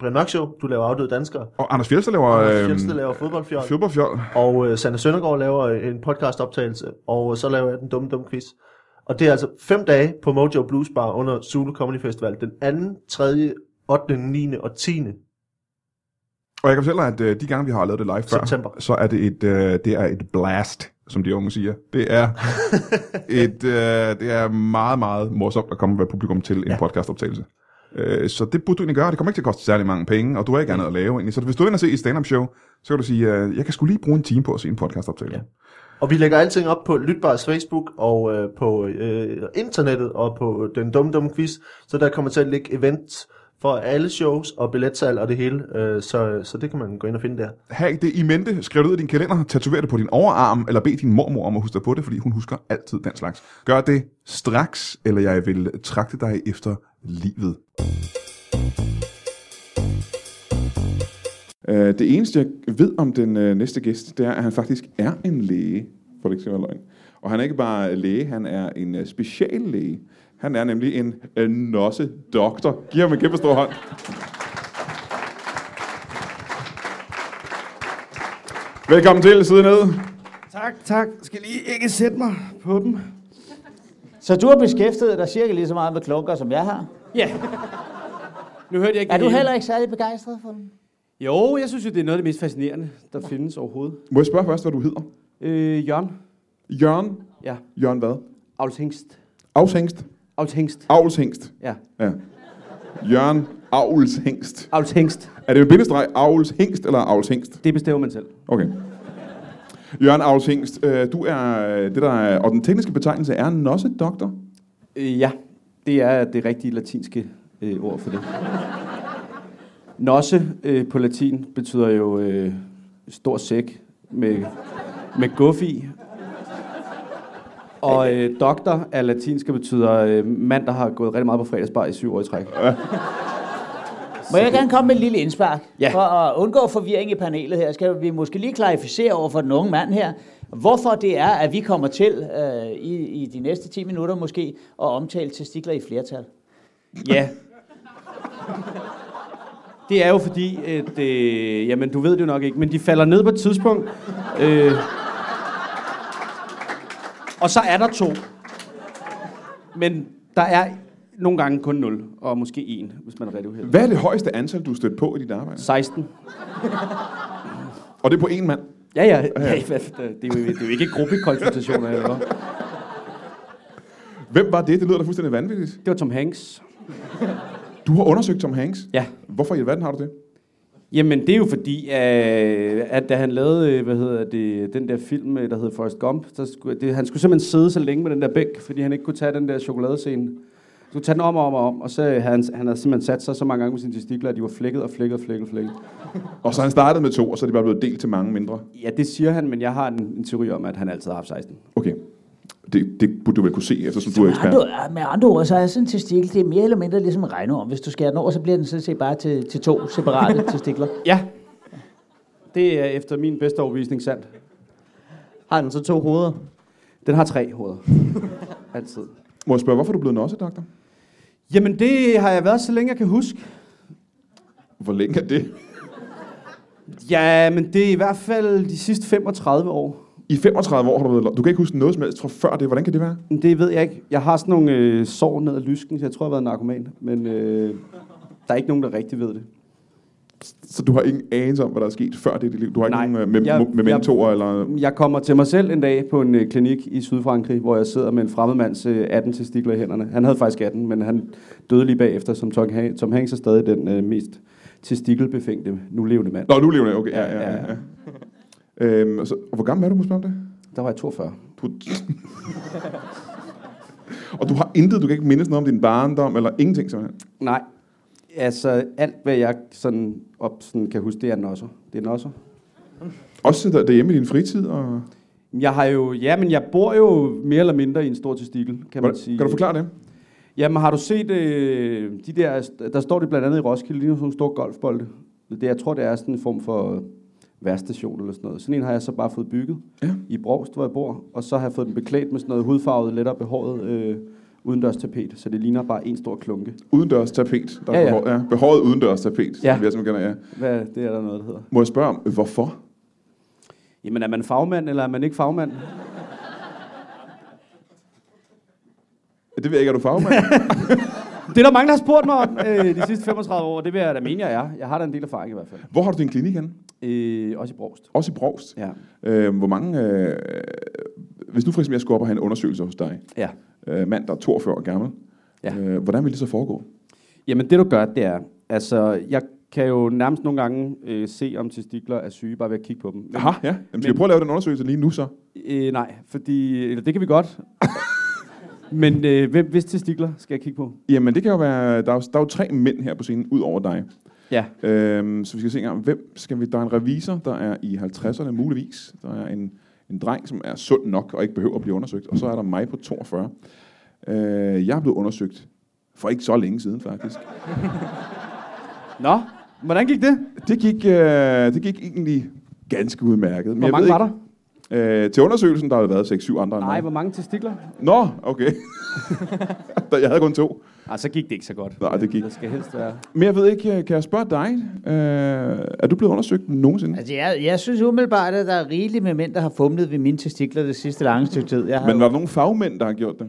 [SPEAKER 5] Brian Mørk Show, du laver Afdøde Danskere,
[SPEAKER 2] Og øhm, Anders Fjeldsted laver...
[SPEAKER 5] Anders Fjeldsted laver fodboldfjold.
[SPEAKER 2] Fodboldfjold.
[SPEAKER 5] og øh, Sanne Søndergaard laver en podcast optagelse, og øh, så laver jeg den dumme, dumme quiz. Og det er altså fem dage på Mojo Blues Bar under Zulu Comedy Festival den 2., 3., 8., 9. og 10.
[SPEAKER 2] Og jeg kan fortælle dig, at øh, de gange, vi har lavet det live før,
[SPEAKER 5] September.
[SPEAKER 2] så er det et, øh, det er et blast, som de unge siger. Det er, et, øh, det er meget, meget morsomt at komme med publikum til en ja. podcastoptagelse. Øh, så det burde du egentlig gøre, det kommer ikke til at koste særlig mange penge, og du har ikke andet at lave egentlig. Så hvis du er inde og se et stand-up show, så kan du sige, øh, jeg kan skulle lige bruge en time på at se en podcastoptagelse. Ja.
[SPEAKER 5] Og vi lægger alting op på Lytbars Facebook og øh, på øh, internettet og på den dumme, dumme quiz. Så der kommer til at ligge events for alle shows og billetsal og det hele. Øh, så, så det kan man gå ind og finde der.
[SPEAKER 2] Have det i mente, skriv det ud i din kalender, tatover det på din overarm, eller bed din mormor om at huske dig på det, fordi hun husker altid den slags. Gør det straks, eller jeg vil trakte dig efter livet. Øh, Det eneste, jeg ved om den øh, næste gæst, det er, at han faktisk er en læge, for det ikke skal være løgn. Og han er ikke bare læge, han er en øh, speciallæge. Han er nemlig en øh, nosse-doktor. Giv ham en kæmpe stor hånd. Velkommen til, sidde ned.
[SPEAKER 6] Tak, tak. Skal lige ikke sætte mig på dem?
[SPEAKER 4] Så du har beskæftiget dig cirka lige så meget med klunker, som jeg har?
[SPEAKER 6] Ja.
[SPEAKER 7] Nu hørte jeg ikke
[SPEAKER 4] Er
[SPEAKER 7] det
[SPEAKER 4] du
[SPEAKER 7] hele.
[SPEAKER 4] heller ikke særlig begejstret for den?
[SPEAKER 7] Jo, jeg synes jo, det er noget af det mest fascinerende, der findes overhovedet.
[SPEAKER 2] Må jeg spørge først, hvad du hedder?
[SPEAKER 7] Øh, Jørgen.
[SPEAKER 2] Jørgen?
[SPEAKER 7] Ja.
[SPEAKER 2] Jørgen hvad?
[SPEAKER 7] Avlshængst.
[SPEAKER 2] Avlshængst?
[SPEAKER 7] Avlshængst.
[SPEAKER 2] Avlshængst?
[SPEAKER 7] Ja.
[SPEAKER 2] Ja. Jørgen Avlshængst.
[SPEAKER 7] Avlshængst.
[SPEAKER 2] Er det med bindestreg Avlshængst eller Avlshængst?
[SPEAKER 7] Det bestemmer man selv.
[SPEAKER 2] Okay. Jørgen Avlshængst, øh, du er øh, det der er, og den tekniske betegnelse er nossedoktor.
[SPEAKER 7] Øh, ja, det er det rigtige latinske øh, ord for det. Nosse øh, på latin betyder jo øh, stor sæk med, med guf i. Og øh, doktor af latinsk betyder øh, mand, der har gået rigtig meget på fredagsbar i syv år i træk.
[SPEAKER 4] Må jeg gerne komme med et lille indspark?
[SPEAKER 7] Ja.
[SPEAKER 4] For at undgå forvirring i panelet her, skal vi måske lige klarificere over for den unge mand her, hvorfor det er, at vi kommer til øh, i, i de næste 10 minutter måske at omtale testikler i flertal.
[SPEAKER 7] Ja. Det er jo fordi, at... Øh, jamen, du ved det jo nok ikke, men de falder ned på et tidspunkt. Øh, og så er der to. Men der er nogle gange kun 0, og måske en, hvis man er rigtig uheldig.
[SPEAKER 2] Hvad er det højeste antal, du er stødt på i dit arbejde?
[SPEAKER 7] 16.
[SPEAKER 2] Og det er på én mand.
[SPEAKER 7] Ja, ja. ja hvad, det, er jo, det er jo ikke gruppekonsultationer, eller hvad?
[SPEAKER 2] Hvem var det? Det lyder da fuldstændig vanvittigt.
[SPEAKER 7] Det var Tom Hanks.
[SPEAKER 2] Du har undersøgt Tom Hanks.
[SPEAKER 7] Ja.
[SPEAKER 2] Hvorfor i alverden har du det?
[SPEAKER 7] Jamen, det er jo fordi, øh, at da han lavede, øh, hvad hedder det, den der film, øh, der hedder Forrest Gump, så skulle, det, han skulle simpelthen sidde så længe med den der bænk, fordi han ikke kunne tage den der chokoladescene. Han skulle tage den om og om og om, og så øh, havde han, han havde simpelthen sat sig så mange gange med sine testikler, at de var flækket og flækket og flækket og flækket.
[SPEAKER 2] Og så har han startet med to, og så er det bare blevet delt til mange mindre.
[SPEAKER 7] Ja, det siger han, men jeg har en, en teori om, at han altid har haft 16.
[SPEAKER 2] Okay. Det, det burde du vel kunne se, eftersom du er
[SPEAKER 4] Med
[SPEAKER 2] ekspert.
[SPEAKER 4] andre, med andre ord, så er sådan en testikel, det er mere eller mindre ligesom en regnorm. Hvis du skærer den over, så bliver den sådan set bare til, til to separate testikler.
[SPEAKER 7] Ja. Det er efter min bedste overbevisning sandt.
[SPEAKER 3] Har den så to hoveder?
[SPEAKER 7] Den har tre hoveder. Altid.
[SPEAKER 2] Må jeg spørge, hvorfor er du blevet nossedoktor?
[SPEAKER 7] Jamen, det har jeg været så længe, jeg kan huske.
[SPEAKER 2] Hvor længe er det?
[SPEAKER 7] Ja, men det er i hvert fald de sidste 35 år.
[SPEAKER 2] I 35 år har du været... lo- Du kan ikke huske noget som helst fra før det. Hvordan kan det være?
[SPEAKER 7] Men Det ved jeg ikke. Jeg har sådan nogle øh, sår ned ad lysken, så jeg tror, jeg har været narkoman. Men øh, der er ikke nogen, der rigtig ved det.
[SPEAKER 2] Så du har ingen anelse om, hvad der er sket før det i dit liv? Du har ikke
[SPEAKER 7] Nej.
[SPEAKER 2] nogen øh, med,
[SPEAKER 7] Jeg-
[SPEAKER 2] med mentorer eller...
[SPEAKER 7] Jeg kommer til mig selv en dag på en øh, klinik i Sydfrankrig, hvor jeg sidder med en fremmed mands øh, 18 testikler i hænderne. Han havde faktisk 18, men han døde lige bagefter, som Tom, ha- Tom Hanks er stadig den øh, mest testikelbefængte, nu levende mand.
[SPEAKER 2] Nå, nu lever jeg. Okay, ja, ja,
[SPEAKER 7] Ja,
[SPEAKER 2] ja.
[SPEAKER 7] ja,
[SPEAKER 2] ja. Øhm, og så, og hvor gammel er du, må jeg spørge om det?
[SPEAKER 7] Der var jeg 42.
[SPEAKER 2] Du... og du har intet, du kan ikke mindes noget om din barndom, eller ingenting simpelthen.
[SPEAKER 7] Nej, altså alt, hvad jeg sådan, op, sådan kan huske, det er nosser. Det er nosser.
[SPEAKER 2] Også sidder derhjemme i din fritid, og...
[SPEAKER 7] Jeg har jo, ja, men jeg bor jo mere eller mindre i en stor testikel, kan man
[SPEAKER 2] Hvordan,
[SPEAKER 7] sige.
[SPEAKER 2] kan du forklare det?
[SPEAKER 7] Jamen har du set øh, de der, der står det blandt andet i Roskilde, lige nu sådan nogle store golfbolde. Det, jeg tror, det er sådan en form for værstation eller sådan noget. Sådan en har jeg så bare fået bygget
[SPEAKER 2] Ja.
[SPEAKER 7] i Brogst, hvor jeg bor, og så har jeg fået den beklædt med sådan noget hudfarvet, lettere behåret øh, udendørs tapet, så det ligner bare en stor klunke.
[SPEAKER 2] Udendørs tapet. Der er
[SPEAKER 7] Ja, ja.
[SPEAKER 2] Behåret, ja. behåret udendørs tapet, ja.
[SPEAKER 7] Ja.
[SPEAKER 2] som jeg simpelthen kender, ja.
[SPEAKER 7] Hvad, det er der noget, der hedder.
[SPEAKER 2] Må jeg spørge om, hvorfor?
[SPEAKER 7] Jamen er man fagmand, eller er man ikke fagmand?
[SPEAKER 2] Det ved jeg ikke, er du fagmand?
[SPEAKER 7] Det er der mange, der har spurgt mig om øh, de sidste 35 år, det vil jeg da mene, jeg er. Jeg har da en del erfaring i hvert fald.
[SPEAKER 2] Hvor har du din klinik henne?
[SPEAKER 7] Øh, også i Brogst.
[SPEAKER 2] Også i Brogst.
[SPEAKER 7] Ja.
[SPEAKER 2] Øh, hvor mange... Øh, hvis nu for eksempel jeg skulle op og have en undersøgelse hos dig,
[SPEAKER 7] Ja.
[SPEAKER 2] øh, mand, der er 42 år gammel,
[SPEAKER 7] Ja.
[SPEAKER 2] øh, hvordan vil det så foregå?
[SPEAKER 7] Jamen det du gør, det er, altså jeg kan jo nærmest nogle gange øh, se, om testikler er syge, bare ved at kigge på dem. Men,
[SPEAKER 2] Aha, ja. Jamen, skal vi prøve at lave den undersøgelse lige nu så?
[SPEAKER 7] Øh, nej, fordi, eller det kan vi godt. Men øh, hvem, hvis testikler skal jeg kigge på?
[SPEAKER 2] Jamen, det kan jo være... Der er jo, der er jo tre mænd her på scenen, ud over dig.
[SPEAKER 7] Ja.
[SPEAKER 2] Øhm, så vi skal se engang, hvem skal vi... Der er en revisor, der er i 50'erne muligvis. Der er en, en dreng, som er sund nok og ikke behøver at blive undersøgt. Og så er der mig på 42. Øh, jeg er blevet undersøgt for ikke så længe siden, faktisk.
[SPEAKER 7] Nå, hvordan gik det?
[SPEAKER 2] Det gik, øh, det gik egentlig ganske udmærket. Men
[SPEAKER 7] Hvor
[SPEAKER 2] jeg
[SPEAKER 7] mange
[SPEAKER 2] ved
[SPEAKER 7] var
[SPEAKER 2] ikke- Øh, til undersøgelsen, der har jo været 6-7 andre end
[SPEAKER 7] Nej,
[SPEAKER 2] mig.
[SPEAKER 7] hvor mange testikler?
[SPEAKER 2] Nå, okay. Der- jeg havde kun to.
[SPEAKER 7] Nej, så gik det ikke så godt.
[SPEAKER 2] Nej, det gik.
[SPEAKER 7] Der skal helst være...
[SPEAKER 2] Men jeg ved ikke, øh, kan jeg spørge dig? Øh, er du blevet undersøgt nogensinde?
[SPEAKER 4] Altså, jeg, jeg synes umiddelbart, at der er rigeligt med mænd, der har fumlet ved mine testikler det sidste lange stykke tid. Jeg har
[SPEAKER 2] Men
[SPEAKER 4] jo-
[SPEAKER 2] var der nogle fagmænd, der har gjort det?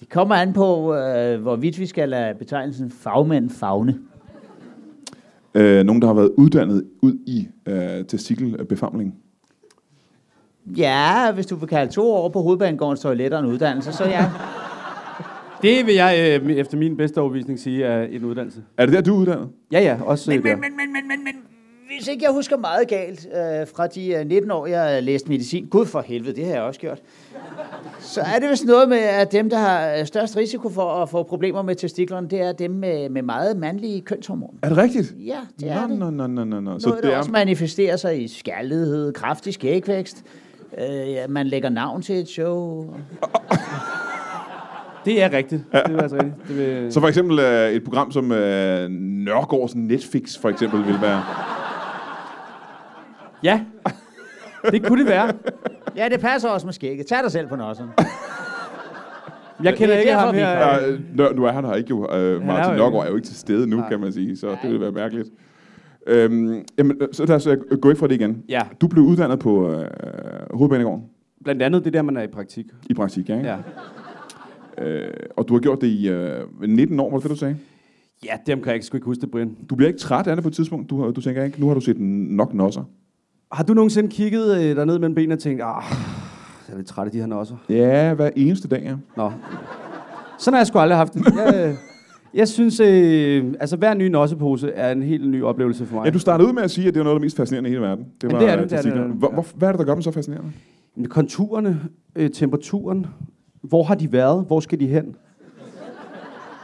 [SPEAKER 4] Det kommer an på, øh, hvorvidt vi skal lade betegnelsen fagmænd fagne.
[SPEAKER 2] Øh, nogen, der har været uddannet ud i øh, testikelbefamling.
[SPEAKER 4] Ja, hvis du vil kalde to år på hovedbanegårdens toiletter en uddannelse, så ja.
[SPEAKER 7] Det vil jeg øh, efter min bedste overbevisning sige er en uddannelse.
[SPEAKER 2] Er det der, du er uddannet?
[SPEAKER 7] Ja, ja, også men, der.
[SPEAKER 4] men, men, men, men, men, hvis ikke jeg husker meget galt øh, fra de øh, 19 år, jeg øh, læste medicin, gud for helvede, det har jeg også gjort, så er det vist noget med, at dem, der har øh, størst risiko for at få problemer med testiklerne, det er dem med, med meget mandlige kønshormoner.
[SPEAKER 2] Er det rigtigt?
[SPEAKER 4] Ja, det er det.
[SPEAKER 2] Nå, nå, nå, nå, nå.
[SPEAKER 4] Så Noget, det der også manifesterer sig i skaldighed, kraftig skægvækst, øh, ja, man lægger navn til et show.
[SPEAKER 7] Det er rigtigt. Det er altså rigtigt. Det vil...
[SPEAKER 2] Så for eksempel øh, et program som øh, Nørgaards Netflix, for eksempel, vil være...
[SPEAKER 7] Ja, det kunne det være.
[SPEAKER 4] Ja, det passer også med skægget. Tag dig selv på nosserne.
[SPEAKER 7] Jeg kender
[SPEAKER 4] Det er
[SPEAKER 7] ikke
[SPEAKER 4] derfor,
[SPEAKER 7] ham
[SPEAKER 4] vi
[SPEAKER 7] her.
[SPEAKER 4] gør
[SPEAKER 7] øh,
[SPEAKER 2] Øh, Nør, nu er han her ikke jo. Øh, Martin
[SPEAKER 7] jo-
[SPEAKER 2] Nørgaard er jo ikke til stede nu, kan man sige, så det vil være mærkeligt. Øhm, jamen, øh, så lad os øh, gå væk fra det igen.
[SPEAKER 7] Ja.
[SPEAKER 2] Du blev uddannet på øh, Hovedbanegården
[SPEAKER 7] Blandt andet det der, man er i praktik.
[SPEAKER 2] i praktik, ja, ikke?
[SPEAKER 7] Ja,
[SPEAKER 2] Øh, og du har gjort det i øh, 19 år, var det det, du sagde?
[SPEAKER 7] ja dem kan jeg ikke, sgu ikke huske det, Brian.
[SPEAKER 2] Du bliver ikke træt af det på et tidspunkt? Du, har- du tænker ikke, nu har du set nok nosser?
[SPEAKER 7] Har du nogensinde kigget øh, derned mellem benene og tænkt, ah, jeg er lidt træt af de her nosser?
[SPEAKER 2] Ja, hver eneste dag, ja.
[SPEAKER 7] Nå. Sådan har jeg sgu aldrig haft det. Jeg, øh, jeg synes, øh, altså hver ny nossepose er en helt ny oplevelse for mig.
[SPEAKER 2] Ja, du startede ud med at sige, at det var noget af det mest fascinerende i hele verden. Det
[SPEAKER 7] Jamen, det er det, det er det,
[SPEAKER 2] testiklerne.
[SPEAKER 7] det er det.
[SPEAKER 2] Hvor, hvor, hvad er det, der gør dem så fascinerende?
[SPEAKER 7] Jamen, Konturerne, øh, temperaturen, hvor har de været, hvor skal de hen?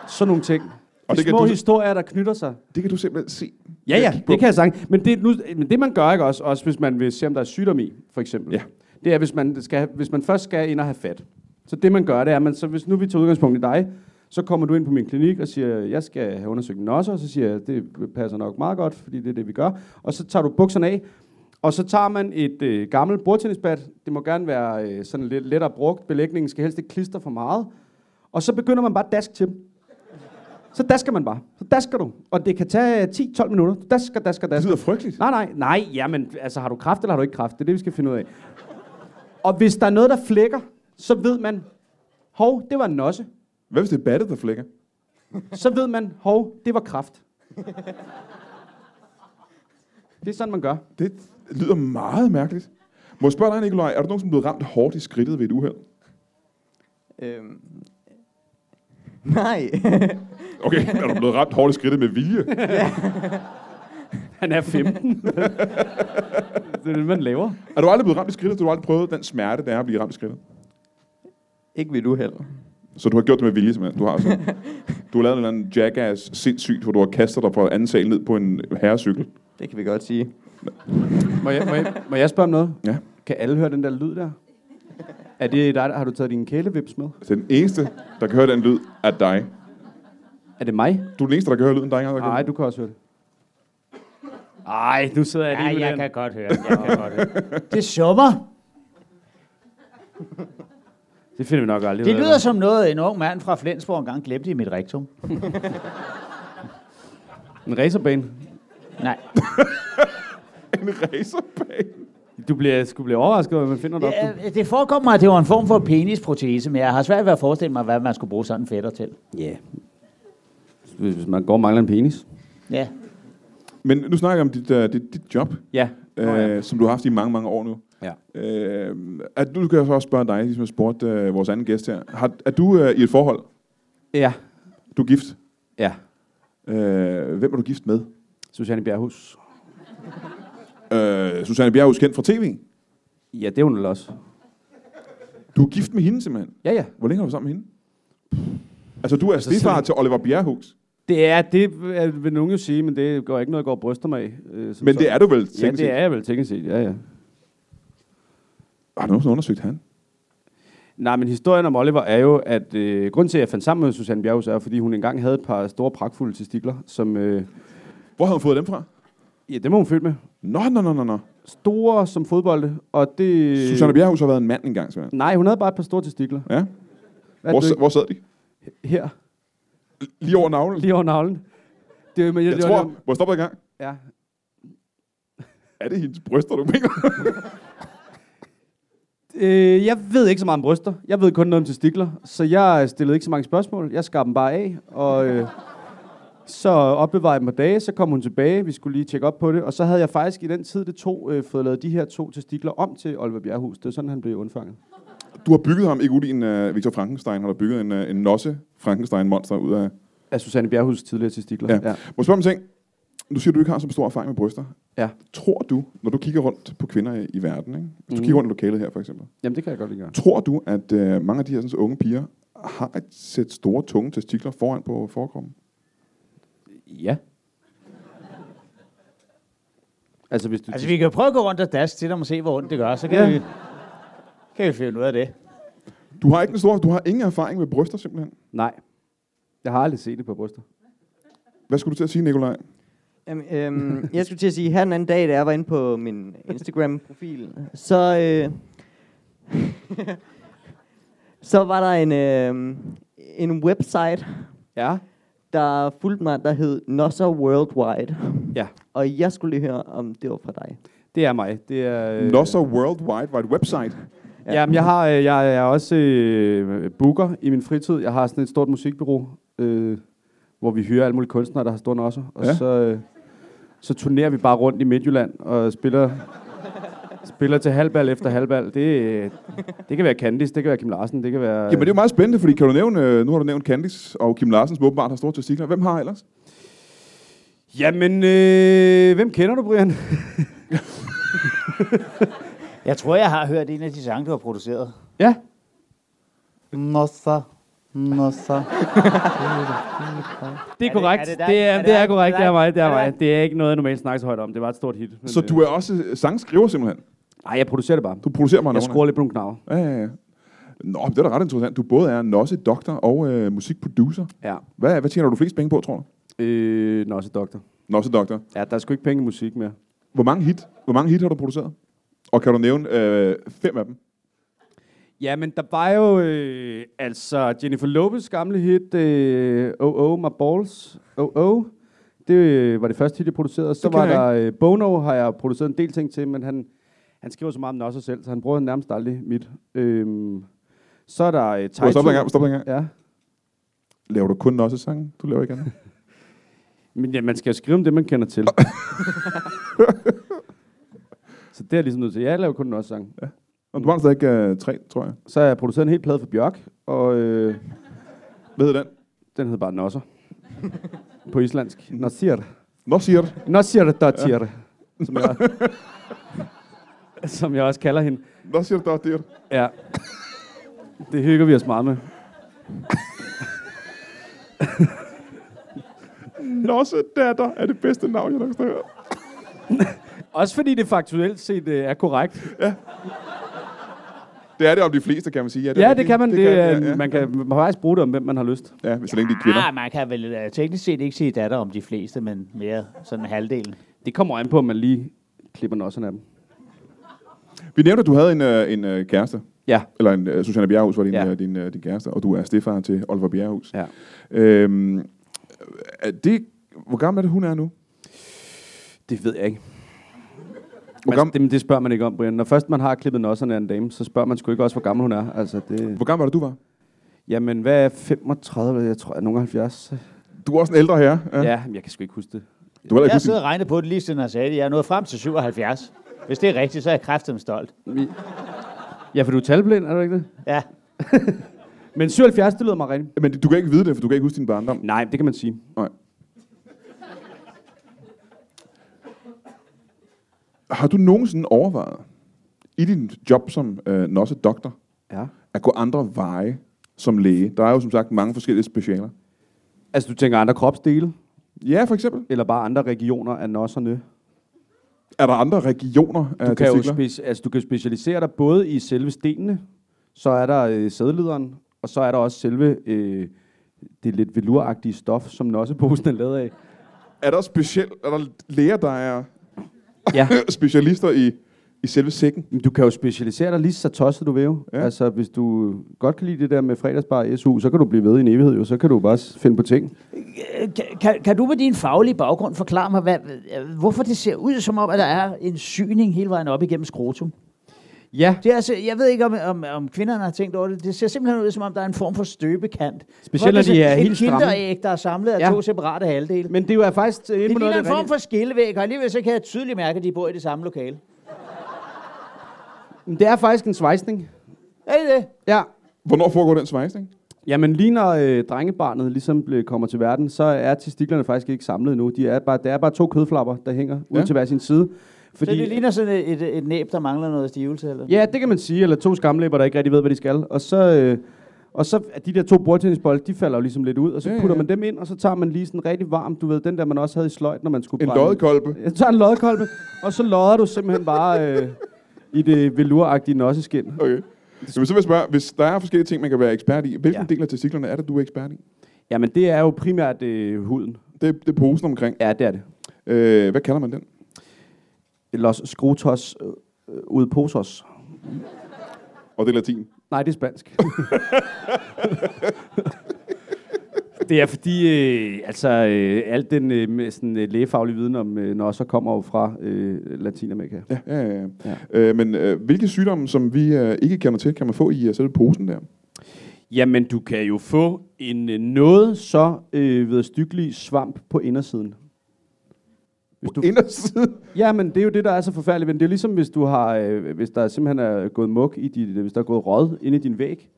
[SPEAKER 7] Sådan nogle ting. Og
[SPEAKER 2] Og det
[SPEAKER 7] de det
[SPEAKER 2] kan
[SPEAKER 7] små
[SPEAKER 2] du-
[SPEAKER 7] historier, der knytter sig.
[SPEAKER 2] Det kan du simpelthen se.
[SPEAKER 7] Ja,
[SPEAKER 2] Jeg
[SPEAKER 7] ja,
[SPEAKER 2] kigger på-
[SPEAKER 7] det kan jeg sagt. Men det, nu, men det man gør ikke også, også hvis man vil se, om der er sygdom i, for eksempel.
[SPEAKER 2] Ja.
[SPEAKER 7] Det er, hvis man, skal, hvis man først skal ind og have fat. Så det man gør, det er, man, så hvis nu vi tager udgangspunkt i dig, så kommer du ind på min klinik og siger, jeg skal have undersøgt min osser, og så siger jeg, det passer nok meget godt, fordi det er det, vi gør. Og så tager du bukserne af, og så tager man et øh, gammelt bordtennisbat. Det må gerne være øh, sådan lidt lettere brugt. Belægningen skal helst ikke klistre for meget. Og så begynder man bare at daske til dem. Så dasker man bare. Så dasker du. Og det kan tage øh, 10-12 minutter. Du dasker, dasker,
[SPEAKER 2] Det
[SPEAKER 7] dasker.
[SPEAKER 2] lyder frygteligt.
[SPEAKER 7] Nej, nej, nej, jamen, altså har du kraft eller har du ikke kraft? Det er det, vi skal finde ud af. Og hvis der er noget, der flækker, så ved man, hov, det var en nosse.
[SPEAKER 2] Hvad hvis det er battet, der flækker?
[SPEAKER 7] Så ved man, hov, det var kraft. Det er sådan, man gør.
[SPEAKER 2] Det lyder meget mærkeligt. Må jeg spørge dig, Nikolaj, er du nogensinde blevet ramt hårdt i skridtet ved et uheld?
[SPEAKER 3] Øhm. Nej.
[SPEAKER 2] Okay, er du blevet ramt hårdt i skridtet med vilje?
[SPEAKER 7] Han er 15. det er det, man laver.
[SPEAKER 2] Er du aldrig blevet ramt i skridtet, så du har aldrig prøvet den smerte, der er at blive ramt i skridtet?
[SPEAKER 3] ikke ved du heller.
[SPEAKER 2] Så du har gjort det med vilje, simpelthen. Du har, altså, du har lavet en eller anden jackass sindssygt, hvor du har kastet dig fra anden sal ned på en herrecykel.
[SPEAKER 3] Det kan vi godt sige.
[SPEAKER 7] Må jeg, må jeg, må jeg spørge om noget?
[SPEAKER 2] Ja.
[SPEAKER 7] Kan alle høre den der lyd der? Er det dig, der har du taget dine kælevips med?
[SPEAKER 2] Så den eneste, der kan høre den lyd, er dig.
[SPEAKER 7] Er det mig?
[SPEAKER 2] Du er den eneste, der kan høre lyden, der er ikke
[SPEAKER 7] Nej, du kan også høre det. Ej, du sidder jeg lige
[SPEAKER 4] Ja,
[SPEAKER 7] med
[SPEAKER 4] jeg
[SPEAKER 7] den.
[SPEAKER 4] kan godt høre det. Jeg kan godt høre det. Det summer.
[SPEAKER 7] Det finder vi nok aldrig.
[SPEAKER 4] Det
[SPEAKER 7] ud af,
[SPEAKER 4] lyder som noget, en ung mand fra Flensborg engang glemte i mit rektum.
[SPEAKER 7] hva'? En racerbane.
[SPEAKER 4] Nej.
[SPEAKER 2] En racerbane.
[SPEAKER 7] Du bliver, skulle blive overrasket, hvad man finder dig. Ja,
[SPEAKER 4] Øh, Det, det forekommer mig, at det var en form for penisprotese, men jeg har svært ved at forestille mig, hvad man skulle bruge sådan en fætter til.
[SPEAKER 7] yeah. hvis, hvis man går og mangler en penis.
[SPEAKER 4] Ja.
[SPEAKER 2] Men nu snakker jeg om dit, uh, dit, dit job,
[SPEAKER 7] Ja.
[SPEAKER 2] oh, ja. øh, som du har haft i mange, mange år nu.
[SPEAKER 7] Ja.
[SPEAKER 2] Øh, at, nu kan jeg så også spørge dig, ligesom jeg spurgte øh, vores anden gæst her. Har, er du øh, i et forhold?
[SPEAKER 7] Ja.
[SPEAKER 2] Du er gift.
[SPEAKER 7] Ja.
[SPEAKER 2] Øh, hvem er du gift med?
[SPEAKER 7] Susanne Bjerghus.
[SPEAKER 2] Øh, Susanne Bjerghus, kendt fra tv.
[SPEAKER 7] Ja, det er hun vel også.
[SPEAKER 2] Du er gift med hende simpelthen.
[SPEAKER 7] Ja, ja.
[SPEAKER 2] Hvor længe har du sammen med hende? Altså, du er
[SPEAKER 7] så
[SPEAKER 2] stefar
[SPEAKER 7] selv-
[SPEAKER 2] til Oliver Bjerghus.
[SPEAKER 7] Det er, det er- vil nogen jo sige, men det går ikke noget, jeg går og bryster mig af. Øh, som
[SPEAKER 2] Men
[SPEAKER 7] sådan.
[SPEAKER 2] det er du vel,
[SPEAKER 7] Ja,
[SPEAKER 2] teknisk
[SPEAKER 7] det
[SPEAKER 2] set?
[SPEAKER 7] er jeg vel, teknisk set. Ja, ja.
[SPEAKER 2] Har du nogensinde undersøgt han?
[SPEAKER 7] Nej, men historien om Oliver er jo, at øh, grunden til, at jeg fandt sammen med Susanne Bjerghus, er, fordi hun engang havde et par store, pragtfulde testikler, som... Øh,
[SPEAKER 2] Hvor har hun fået dem fra?
[SPEAKER 7] ja, dem var hun født med.
[SPEAKER 2] Nå, nå, nå, nå, nå.
[SPEAKER 7] Store som fodbolde, og det...
[SPEAKER 2] Susanne Bjerghus har været en mand engang, simpelthen.
[SPEAKER 7] Nej, hun havde bare et par store testikler.
[SPEAKER 2] Ja.
[SPEAKER 7] Hvad
[SPEAKER 2] Hvor,
[SPEAKER 7] er det,
[SPEAKER 2] s- hvor sad de?
[SPEAKER 7] Her,
[SPEAKER 2] Lige over navlen?
[SPEAKER 7] lige over navlen. Det, men,
[SPEAKER 2] Jeg
[SPEAKER 7] det, var-
[SPEAKER 2] tror,
[SPEAKER 7] Det,
[SPEAKER 2] må jeg stoppe dig i gang?
[SPEAKER 7] var- ja.
[SPEAKER 2] Er det hendes bryster, du mener?
[SPEAKER 7] Øh, jeg ved ikke så meget om bryster. Jeg ved kun noget om testikler. Så jeg stillede ikke så mange spørgsmål. Jeg skar dem bare af, og øh, så opbevarede jeg dem på dage. Så kom hun tilbage. Vi skulle lige tjekke op på det. Og så havde jeg faktisk i den tid, det tog, øh, fået lavet de her to testikler om til Oliver Bjerrehus. Det er sådan, han blev undfanget.
[SPEAKER 2] Du har bygget ham, ikke ud i en uh, Victor Frankenstein, har du bygget en, uh, en nosse Frankenstein-monster ud af...
[SPEAKER 7] Af Susanne Bjerrehus tidligere testikler.
[SPEAKER 2] Ja. ja. Må jeg spørge om en ting? Du siger, du ikke har så stor erfaring med bryster.
[SPEAKER 7] ja.
[SPEAKER 2] Tror du, når du kigger rundt på kvinder i, i verden, ikke? hvis du
[SPEAKER 7] Mhm.
[SPEAKER 2] kigger rundt i lokalet her for eksempel,
[SPEAKER 7] Jamen, det kan jeg godt lide gøre.
[SPEAKER 2] tror du, at øh, mange af de her sådan, unge piger har et sæt store, tunge testikler foran på forekommen?
[SPEAKER 7] Ja. Altså, hvis du...
[SPEAKER 4] Altså, vi kan jo prøve at gå rundt og daske til dem og se, hvor ondt det gør. Så kan,
[SPEAKER 7] Ja.
[SPEAKER 4] ja. vi, kan vi finde ud af det.
[SPEAKER 2] Du har ikke den store, du har ingen erfaring med bryster simpelthen.
[SPEAKER 7] Nej. Jeg har aldrig set det på bryster.
[SPEAKER 2] Hvad skulle du til at sige, Nikolaj?
[SPEAKER 3] Jamen, øhm, jeg skulle til at sige, her den anden dag, da jeg var inde på min Instagram-profil, så, øh, så var der en, øh, en website,
[SPEAKER 7] Ja.
[SPEAKER 3] der fulgte mig, der hed Nosser Worldwide.
[SPEAKER 7] Ja.
[SPEAKER 3] Og jeg skulle lige høre, om det var fra dig.
[SPEAKER 7] Det er mig. Det er...
[SPEAKER 2] Øh. Nosser Worldwide var et website.
[SPEAKER 7] Ja. Jamen, jeg, har, øh, jeg, jeg er også øh, booker i min fritid. Jeg har sådan et stort musikbureau, øh, hvor vi hyrer alle mulige kunstnere, der har store nosser. Og
[SPEAKER 2] Ja.
[SPEAKER 7] ja. så, øh, så turnerer vi bare rundt i Midtjylland og spiller, spiller til halvbal efter halvbal. Det, øh, det kan være Candice, det kan være Kim Larsen, det kan være...
[SPEAKER 2] Jamen det er jo meget spændende, fordi kan du nævne, øh, nu har du nævnt Candice og Kim Larsen, som åbenbart har store testikler. Hvem har ellers?
[SPEAKER 7] Jamen, øh, hvem kender du, Brian?
[SPEAKER 4] Jeg tror, jeg har hørt en af de sange, du har produceret.
[SPEAKER 7] ja,
[SPEAKER 4] Mother. Mother.
[SPEAKER 7] det er
[SPEAKER 4] Er det-
[SPEAKER 7] korrekt.
[SPEAKER 4] er det
[SPEAKER 7] Det
[SPEAKER 4] dig?
[SPEAKER 7] er
[SPEAKER 4] Er det
[SPEAKER 7] det er
[SPEAKER 4] dig?
[SPEAKER 7] korrekt,
[SPEAKER 4] Er
[SPEAKER 7] det
[SPEAKER 4] det
[SPEAKER 7] er
[SPEAKER 4] dig?
[SPEAKER 7] mig, det er
[SPEAKER 4] Er det
[SPEAKER 7] mig.
[SPEAKER 4] dig?
[SPEAKER 7] Det er ikke noget, jeg normalt snakker så højt om. Det var et stort hit. Men,
[SPEAKER 2] Så du er også øh, sangskriver simpelthen.
[SPEAKER 7] Nej, jeg producerer det bare.
[SPEAKER 2] Du producerer bare
[SPEAKER 7] Jeg
[SPEAKER 2] numrene.
[SPEAKER 7] skruer lidt på nogle knapper.
[SPEAKER 2] Ja, ja, ja. Nå, det er da ret interessant. Du både er nosse doktor og øh, musikproducer.
[SPEAKER 7] Ja.
[SPEAKER 2] Hvad, hvad tjener du flest penge på, tror du?
[SPEAKER 7] Øh, nå, så doktor.
[SPEAKER 2] Nosse doktor.
[SPEAKER 7] Ja, der er sgu ikke penge i musik mere.
[SPEAKER 2] Hvor mange hit, hvor mange hit har du produceret? Og kan du nævne øh, fem af dem?
[SPEAKER 7] Ja, men der var jo øh, altså Jennifer Lopez gamle hit, øh, Oh Oh My Balls, Oh Oh. Det øh, var det første hit, jeg producerede. Og Så
[SPEAKER 2] Det
[SPEAKER 7] var
[SPEAKER 2] kender
[SPEAKER 7] der øh, Bono, har jeg produceret en del ting til, men han, han skriver så meget om Nosser selv, så han bruger nærmest aldrig mit. Øhm, så er der øh,
[SPEAKER 2] Stop,
[SPEAKER 7] Taito.
[SPEAKER 2] stop en gang, stop en gang.
[SPEAKER 7] Ja.
[SPEAKER 2] Laver du kun nosse sange? Du laver ikke andet.
[SPEAKER 7] Men ja, man skal jo skrive om det, man kender til. så det er jeg ligesom nødt til. Jeg laver kun en sang.
[SPEAKER 2] Nå, du var der stadig øh, tre, tror jeg.
[SPEAKER 7] Så har jeg produceret en hel plade for Bjørk, og øh,
[SPEAKER 2] Hvad hedder den?
[SPEAKER 7] den hedder bare Nosser. på islandsk. Nasir.
[SPEAKER 2] Nå, siger det.
[SPEAKER 7] Nasir Datir. Som jeg, som jeg også kalder hende.
[SPEAKER 2] Nå, siger det, der, det er det.
[SPEAKER 7] Ja. Det hygger vi os meget med.
[SPEAKER 2] Nosse datter er det bedste navn, jeg nok har hørt.
[SPEAKER 7] Også fordi det faktuelt set øh, er korrekt.
[SPEAKER 2] Det er det om de fleste, kan man sige.
[SPEAKER 7] Ja, det kan man. Det, det øh,
[SPEAKER 2] ja, ja.
[SPEAKER 7] Man kan man kan faktisk bruge det om, hvem man har lyst.
[SPEAKER 2] ja, hvis så længe de er kvinder.
[SPEAKER 4] Ah, man kan vel øh, teknisk set ikke sige datter om de fleste, men mere sådan halvdelen.
[SPEAKER 7] Det kommer an på, om man lige klipper nosserne af dem.
[SPEAKER 2] Vi nævnte, at du havde en, øh, en øh, kæreste.
[SPEAKER 7] Ja.
[SPEAKER 2] Eller en, uh, Susanne Bjerghus var din,
[SPEAKER 7] Ja.
[SPEAKER 2] ja. din, uh, din kæreste, og du er stefar til Oliver Bjerghus.
[SPEAKER 7] Ja.
[SPEAKER 2] Øhm, er det, hvor gammel er det, hun er nu?
[SPEAKER 7] Det ved jeg ikke.
[SPEAKER 2] Hvor
[SPEAKER 7] Man,
[SPEAKER 2] gammel,
[SPEAKER 7] det, men det spørger man ikke om, Brian. Når først man har klippet nosserne af en dame, så spørger man sgu ikke også, hvor gammel hun er. Altså, det,
[SPEAKER 2] hvor gammel var det, du var?
[SPEAKER 7] jamen, hvad er 35? Jeg tror, jeg er nogen 70.
[SPEAKER 2] Du er også en ældre herre.
[SPEAKER 7] Ja,
[SPEAKER 2] Ja.
[SPEAKER 7] ja men jeg kan sgu ikke huske det.
[SPEAKER 2] Du har
[SPEAKER 4] Jeg
[SPEAKER 2] ikke
[SPEAKER 4] har
[SPEAKER 2] huske,
[SPEAKER 4] siddet og regnet på det lige siden han sagde det. Jeg er nået frem til 77. Hvis det er rigtigt, så er jeg kræftet stolt.
[SPEAKER 7] Ja, for du er talblind, er du ikke det?
[SPEAKER 4] Ja.
[SPEAKER 7] Men 77, det lyder mig rigtigt.
[SPEAKER 2] men du kan ikke vide det, for du kan ikke huske din barndom.
[SPEAKER 7] Nej, det kan man sige.
[SPEAKER 2] Nej. Har du nogensinde overvejet, i din job som øh, nosse doktor,
[SPEAKER 7] Ja.
[SPEAKER 2] at gå andre veje som læge? Der er jo som sagt mange forskellige specialer.
[SPEAKER 7] Altså, du tænker andre kropsdele,
[SPEAKER 2] Ja, for eksempel.
[SPEAKER 7] eller bare andre regioner af nosserne?
[SPEAKER 2] Er der andre regioner øh, af
[SPEAKER 7] Du kan, jo
[SPEAKER 2] testikler?
[SPEAKER 7] speci- altså, du kan specialisere dig både i selve stenene, så er der øh, sædlederen, og så er der også selve øh, det lidt veluragtige stof, som nosseposen er lavet af.
[SPEAKER 2] Er der specielt, er der læger, der er
[SPEAKER 7] Ja.
[SPEAKER 2] specialister i, i selve sækken?
[SPEAKER 7] Men du kan jo specialisere dig lige så tosset du vil jo.
[SPEAKER 2] Ja.
[SPEAKER 7] Ja. Altså, hvis du godt kan lide det der med fredagsbar i SU, så kan du blive ved i en evighed jo. Så kan du bare s- finde på ting.
[SPEAKER 4] Kan, Øh, kan, kan du med din faglige baggrund forklare mig, hvad, øh, hvorfor det ser ud som om, at der er en syning hele vejen op igennem skrotum?
[SPEAKER 7] Ja,
[SPEAKER 4] Det er altså, jeg ved ikke, om, om, om kvinderne har tænkt over det. Det ser simpelthen ud, som om der er en form for støbekant.
[SPEAKER 7] Specielt, når
[SPEAKER 4] Hvor det
[SPEAKER 7] de er
[SPEAKER 4] sådan
[SPEAKER 7] helt
[SPEAKER 4] et
[SPEAKER 7] stramme.
[SPEAKER 4] kinderæg, der er samlet af
[SPEAKER 7] Ja.
[SPEAKER 4] ja. to separate halvdele. Men
[SPEAKER 7] men det er jo faktisk... øh, Det
[SPEAKER 4] det ligner en form for skillevæg, og alligevel så kan jeg tydeligt mærke, at de bor i det samme lokale.
[SPEAKER 7] Det er faktisk en svejsning.
[SPEAKER 4] Er det det?
[SPEAKER 7] Ja.
[SPEAKER 2] Hvornår foregår den svejsning?
[SPEAKER 7] Jamen lige når øh, drengebarnet ligesom ble, kommer til verden, så er testiklerne faktisk ikke samlet endnu. De er bare, der er bare to kødflapper, der hænger ja.
[SPEAKER 2] Ja.
[SPEAKER 7] ud til hver sin side.
[SPEAKER 4] Så det ligner sådan et, et, et næb, der mangler noget stivelse? Eller?
[SPEAKER 7] Ja, det kan man sige. Eller to skamlæber, der ikke rigtig ved, hvad de skal. Og så, øh, og så er de der to bordtennisbolde, de falder jo ligesom lidt ud. Og så
[SPEAKER 2] Ja,
[SPEAKER 7] ja,
[SPEAKER 2] ja,
[SPEAKER 7] putter
[SPEAKER 2] ja.
[SPEAKER 7] man dem ind, og så tager man lige sådan rigtig varm, du ved, den der man også havde i sløjt, når man skulle
[SPEAKER 2] En
[SPEAKER 7] brænde-
[SPEAKER 2] loddekolbe.
[SPEAKER 7] Jeg tager en loddekolbe, og så lodder du simpelthen bare øh, i det veluragtige nosseskind.
[SPEAKER 2] Okay. Jamen, så vil jeg spørge, hvis der er forskellige ting, man kan være ekspert i, hvilken ja.
[SPEAKER 7] Ja.
[SPEAKER 2] del af testiklerne er det, du er ekspert i?
[SPEAKER 7] Jamen det er jo primært øh, huden.
[SPEAKER 2] Det, det er posen omkring.
[SPEAKER 7] Ja, det er det.
[SPEAKER 2] Øh, hvad kalder man den?
[SPEAKER 7] Los skrotos øh, øh, ud posos.
[SPEAKER 2] Og det er latin.
[SPEAKER 7] Nej, det er spansk. det er fordi, øh, altså, øh, alt den øh, med sådan, øh, lægefaglige viden om øh, nosser kommer jo fra øh, Latinamerika.
[SPEAKER 2] Ja, ja, ja. ja. Øh, men øh, hvilke sygdomme, som vi øh, ikke kender til, kan man få i øh, selve posen der?
[SPEAKER 7] Jamen, du kan jo få en øh, noget så øh, vederstykkelig svamp på indersiden. Hvis du,
[SPEAKER 2] Indersiden.
[SPEAKER 7] jamen, det er jo det, der er så forfærdeligt. Men det er ligesom, hvis, du har, øh, hvis der simpelthen er gået muk i dit, øh, hvis der er gået råd inde i din væg.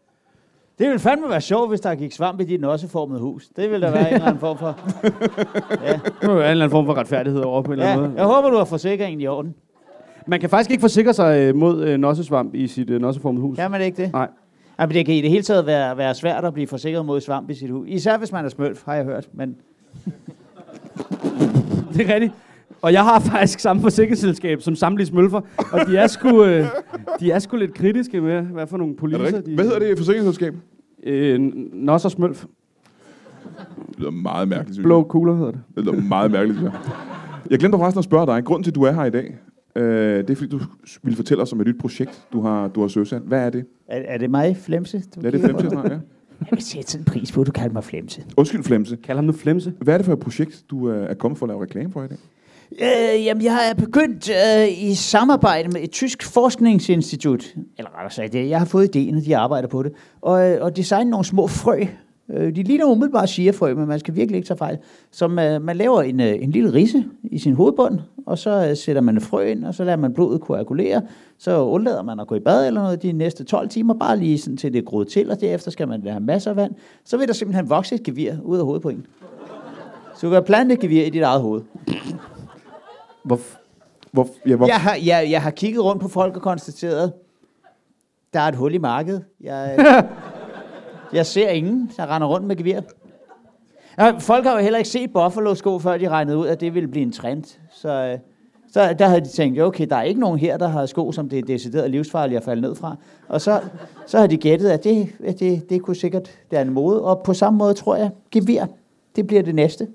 [SPEAKER 4] Det ville fandme være sjovt, hvis der gik svamp i dit nosseformede hus. Det ville der være en eller anden form for.
[SPEAKER 7] Det må jo være en eller anden form for retfærdighed over på en eller anden
[SPEAKER 4] Ja,
[SPEAKER 7] måde.
[SPEAKER 4] jeg håber, du har forsikringen i orden.
[SPEAKER 7] Man kan faktisk ikke forsikre sig øh, mod øh, nossesvamp i sit øh, nosseformede hus.
[SPEAKER 4] Kan man ikke det?
[SPEAKER 7] Nej.
[SPEAKER 4] Jamen, det kan i det hele taget være, være svært at blive forsikret mod svamp i sit hus. Især hvis man er smølf, har jeg hørt. Men
[SPEAKER 7] Det er rigtigt. Og jeg har faktisk samme forsikringsselskab som samtlige smølfer, og de er sgu, øh, de er sgu lidt kritiske med, hvad for nogle
[SPEAKER 2] Er det
[SPEAKER 7] poliser
[SPEAKER 2] rigtigt?
[SPEAKER 7] de...
[SPEAKER 2] Hvad hedder det forsikringsselskab?
[SPEAKER 7] Øh, Nos og smølf.
[SPEAKER 2] Det lyder meget mærkeligt, synes
[SPEAKER 7] Blå
[SPEAKER 2] jeg.
[SPEAKER 7] kugler hedder det.
[SPEAKER 2] Det lyder meget mærkeligt, synes jeg. Jeg glemte forresten at spørge dig. Grunden til, at du er her i dag, øh, det er, fordi du ville fortælle os om et nyt projekt, du har, du har søsat. Hvad er det?
[SPEAKER 4] er, er det mig, Flemse? Du
[SPEAKER 2] Ja, det er
[SPEAKER 4] kigger på?
[SPEAKER 2] Flemse snart, ja.
[SPEAKER 4] Jeg vil sætte sådan en pris på, at du kalder mig Flemse.
[SPEAKER 2] Undskyld, Flemse.
[SPEAKER 7] Kald ham nu flemse.
[SPEAKER 2] Hvad er det for et projekt, du øh, er kommet for at lave reklame for i dag?
[SPEAKER 4] Øh, jamen, jeg er begyndt øh, i samarbejde med et tysk forskningsinstitut. Eller rettere sagt, jeg har fået ideen, og de arbejder på det. Og, øh, og designe nogle små frø. Øh, de ligner umiddelbart chiafrø, men man skal virkelig ikke tage fejl. Som øh, man laver en, øh, en lille risse i sin hovedbund, og så øh, sætter man et frø ind, og så lader man blodet koagulere. Så undlader man at gå i bad eller noget de næste 12 timer, bare lige sådan til det er groet til, og derefter skal man have masser af vand. Så vil der simpelthen vokse et gevir ud af hovedet på en. Så du kan plante et gevir i dit eget hoved.
[SPEAKER 7] Hvor,
[SPEAKER 2] Hvor, ja, hvor,
[SPEAKER 4] Jeg har, jeg, jeg har kigget rundt på folk og konstateret, der er et hul i markedet. Jeg, øh, jeg ser ingen, der render rundt med gevir. Nå, Folk har jo heller ikke set Buffalo-sko, før de regnede ud, at det ville blive en trend. Så, øh, så der havde de tænkt, "Ja, okay, der er ikke nogen her, der har sko, som det er decideret livsfarligt at falde ned fra. Og så, så har de gættet, at det, at det, det kunne sikkert være en mode. Og på samme måde tror jeg, gevir, det bliver det næste.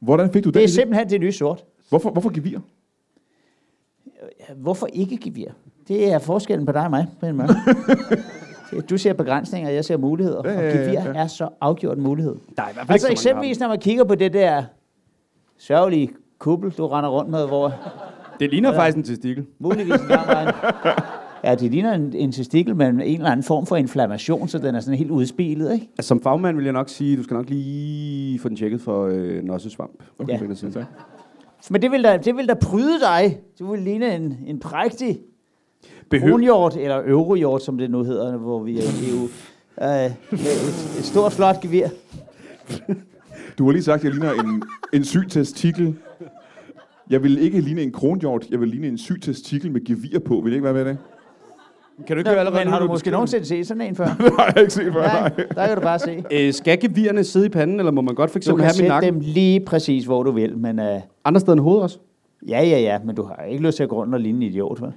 [SPEAKER 2] hvordan fik du
[SPEAKER 4] Det
[SPEAKER 2] den?
[SPEAKER 4] er
[SPEAKER 2] idé?
[SPEAKER 4] simpelthen det nye sort.
[SPEAKER 2] Hvorfor, hvorfor gevir?
[SPEAKER 4] Hvorfor ikke gevir? Det er forskellen på dig og mig, Brian Mørk. Du ser begrænsninger, jeg ser muligheder.
[SPEAKER 2] Ja,
[SPEAKER 4] Og
[SPEAKER 2] ja, ja,
[SPEAKER 4] gevir
[SPEAKER 2] ja.
[SPEAKER 4] er så afgjort en mulighed.
[SPEAKER 7] der er i hvert fald
[SPEAKER 4] Altså
[SPEAKER 7] ikke så mange,
[SPEAKER 4] eksempelvis, når man kigger på det der sørgelige kubbel, du render rundt med, hvor
[SPEAKER 7] der har den. Det ligner ja. faktisk en testikel.
[SPEAKER 4] muligvis engang var en Ja, det ligner en, en testikel med en eller anden form for inflammation, så den er sådan helt udspilet, ikke?
[SPEAKER 7] Altså, som fagmand vil jeg nok sige, du skal nok lige få den tjekket for øh, nossesvamp.
[SPEAKER 4] Ja.
[SPEAKER 7] på indersiden.
[SPEAKER 4] Men det vil da, det vil da pryde dig. Du vil ligne en, en prægtig
[SPEAKER 7] Behøv-
[SPEAKER 4] kronhjort, eller eurohjort, som det nu hedder, hvor vi er i EU. Øh, med et, et stort, flot gevir.
[SPEAKER 2] Du har lige sagt, at jeg ligner en, en syg testikel. Jeg vil ikke ligne en kronhjort. Jeg vil ligne en syg testikel med gevir på. Vil I ikke være med i det?
[SPEAKER 7] Kan du ikke
[SPEAKER 4] Nå,
[SPEAKER 7] høre allerede
[SPEAKER 4] men
[SPEAKER 7] nu,
[SPEAKER 4] har du
[SPEAKER 7] når
[SPEAKER 4] måske
[SPEAKER 7] beskriver den?
[SPEAKER 4] nogensinde set sådan en før?
[SPEAKER 2] Det har jeg ikke set før.
[SPEAKER 4] Nej,
[SPEAKER 2] Nej.
[SPEAKER 4] der kan du bare se.
[SPEAKER 7] Øh, skal gevirerne sidde i panden, eller må man godt
[SPEAKER 4] Du
[SPEAKER 7] for eksempel
[SPEAKER 4] kan
[SPEAKER 7] have min
[SPEAKER 4] sætte
[SPEAKER 7] nakke?
[SPEAKER 4] dem lige præcis, hvor du vil, men uh,
[SPEAKER 7] Andre steder end hovedet også?
[SPEAKER 4] ja, ja, ja, men du har ikke lyst til at gå rundt og ligne en idiot, vel?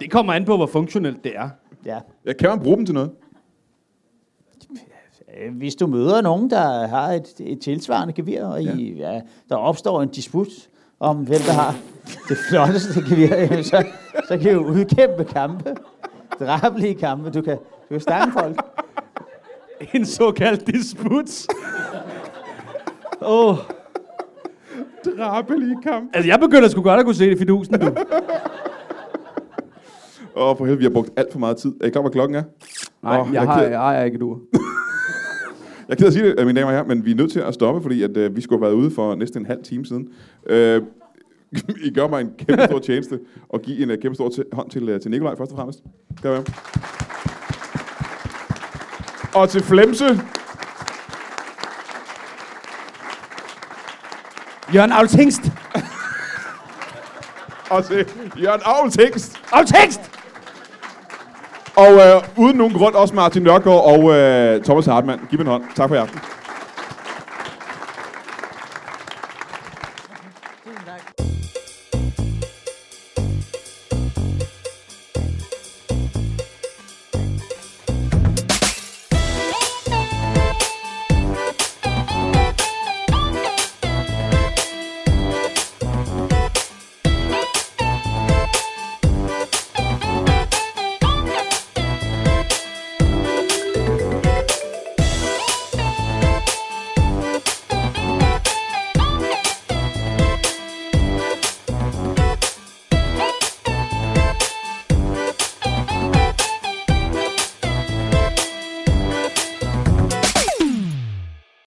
[SPEAKER 7] Det kommer an på, hvor funktionelt det er.
[SPEAKER 4] Ja.
[SPEAKER 2] Jeg kan man bruge dem til noget.
[SPEAKER 4] Øh, Hvis du møder nogen, der har et, et tilsvarende gevir, og I, ja. der opstår en disput om, hvem der har det flotteste gevir, jamen, så, så kan du udkæmpe kampe. Drabelige kampe. Du kan, du kan stange folk.
[SPEAKER 7] En såkaldt disput. Åh. oh.
[SPEAKER 2] Drabelige kamp.
[SPEAKER 7] Altså, jeg begynder sgu godt at kunne se det i fidusen, du.
[SPEAKER 2] Åh, for helvede, vi har brugt alt for meget tid. Er I klar, hvad klokken er?
[SPEAKER 7] Nej,
[SPEAKER 2] Åh,
[SPEAKER 7] oh, jeg,
[SPEAKER 2] er
[SPEAKER 7] har,
[SPEAKER 2] ked-
[SPEAKER 7] jeg ejer ikke et ur.
[SPEAKER 2] Jeg er ked af at sige det, øh, mine damer og herrer, men vi er nødt til at stoppe, fordi at, øh, vi skulle have været ude for næsten en halv time siden. Øh, I gør mig en kæmpe stor tjeneste og give en øh, kæmpe stor t- hånd til, øh, til Nikolaj først og fremmest. Der er Og til Flemse.
[SPEAKER 7] Jørgen Aarhus Hengst!
[SPEAKER 2] Og til Jørgen Aarhus Hengst.
[SPEAKER 7] Aarhus Hengst!
[SPEAKER 2] Og øh, uden nogen grund også Martin Nørgaard og øh, Thomas Hartmann. Giv dem en hånd. Tak for i aften.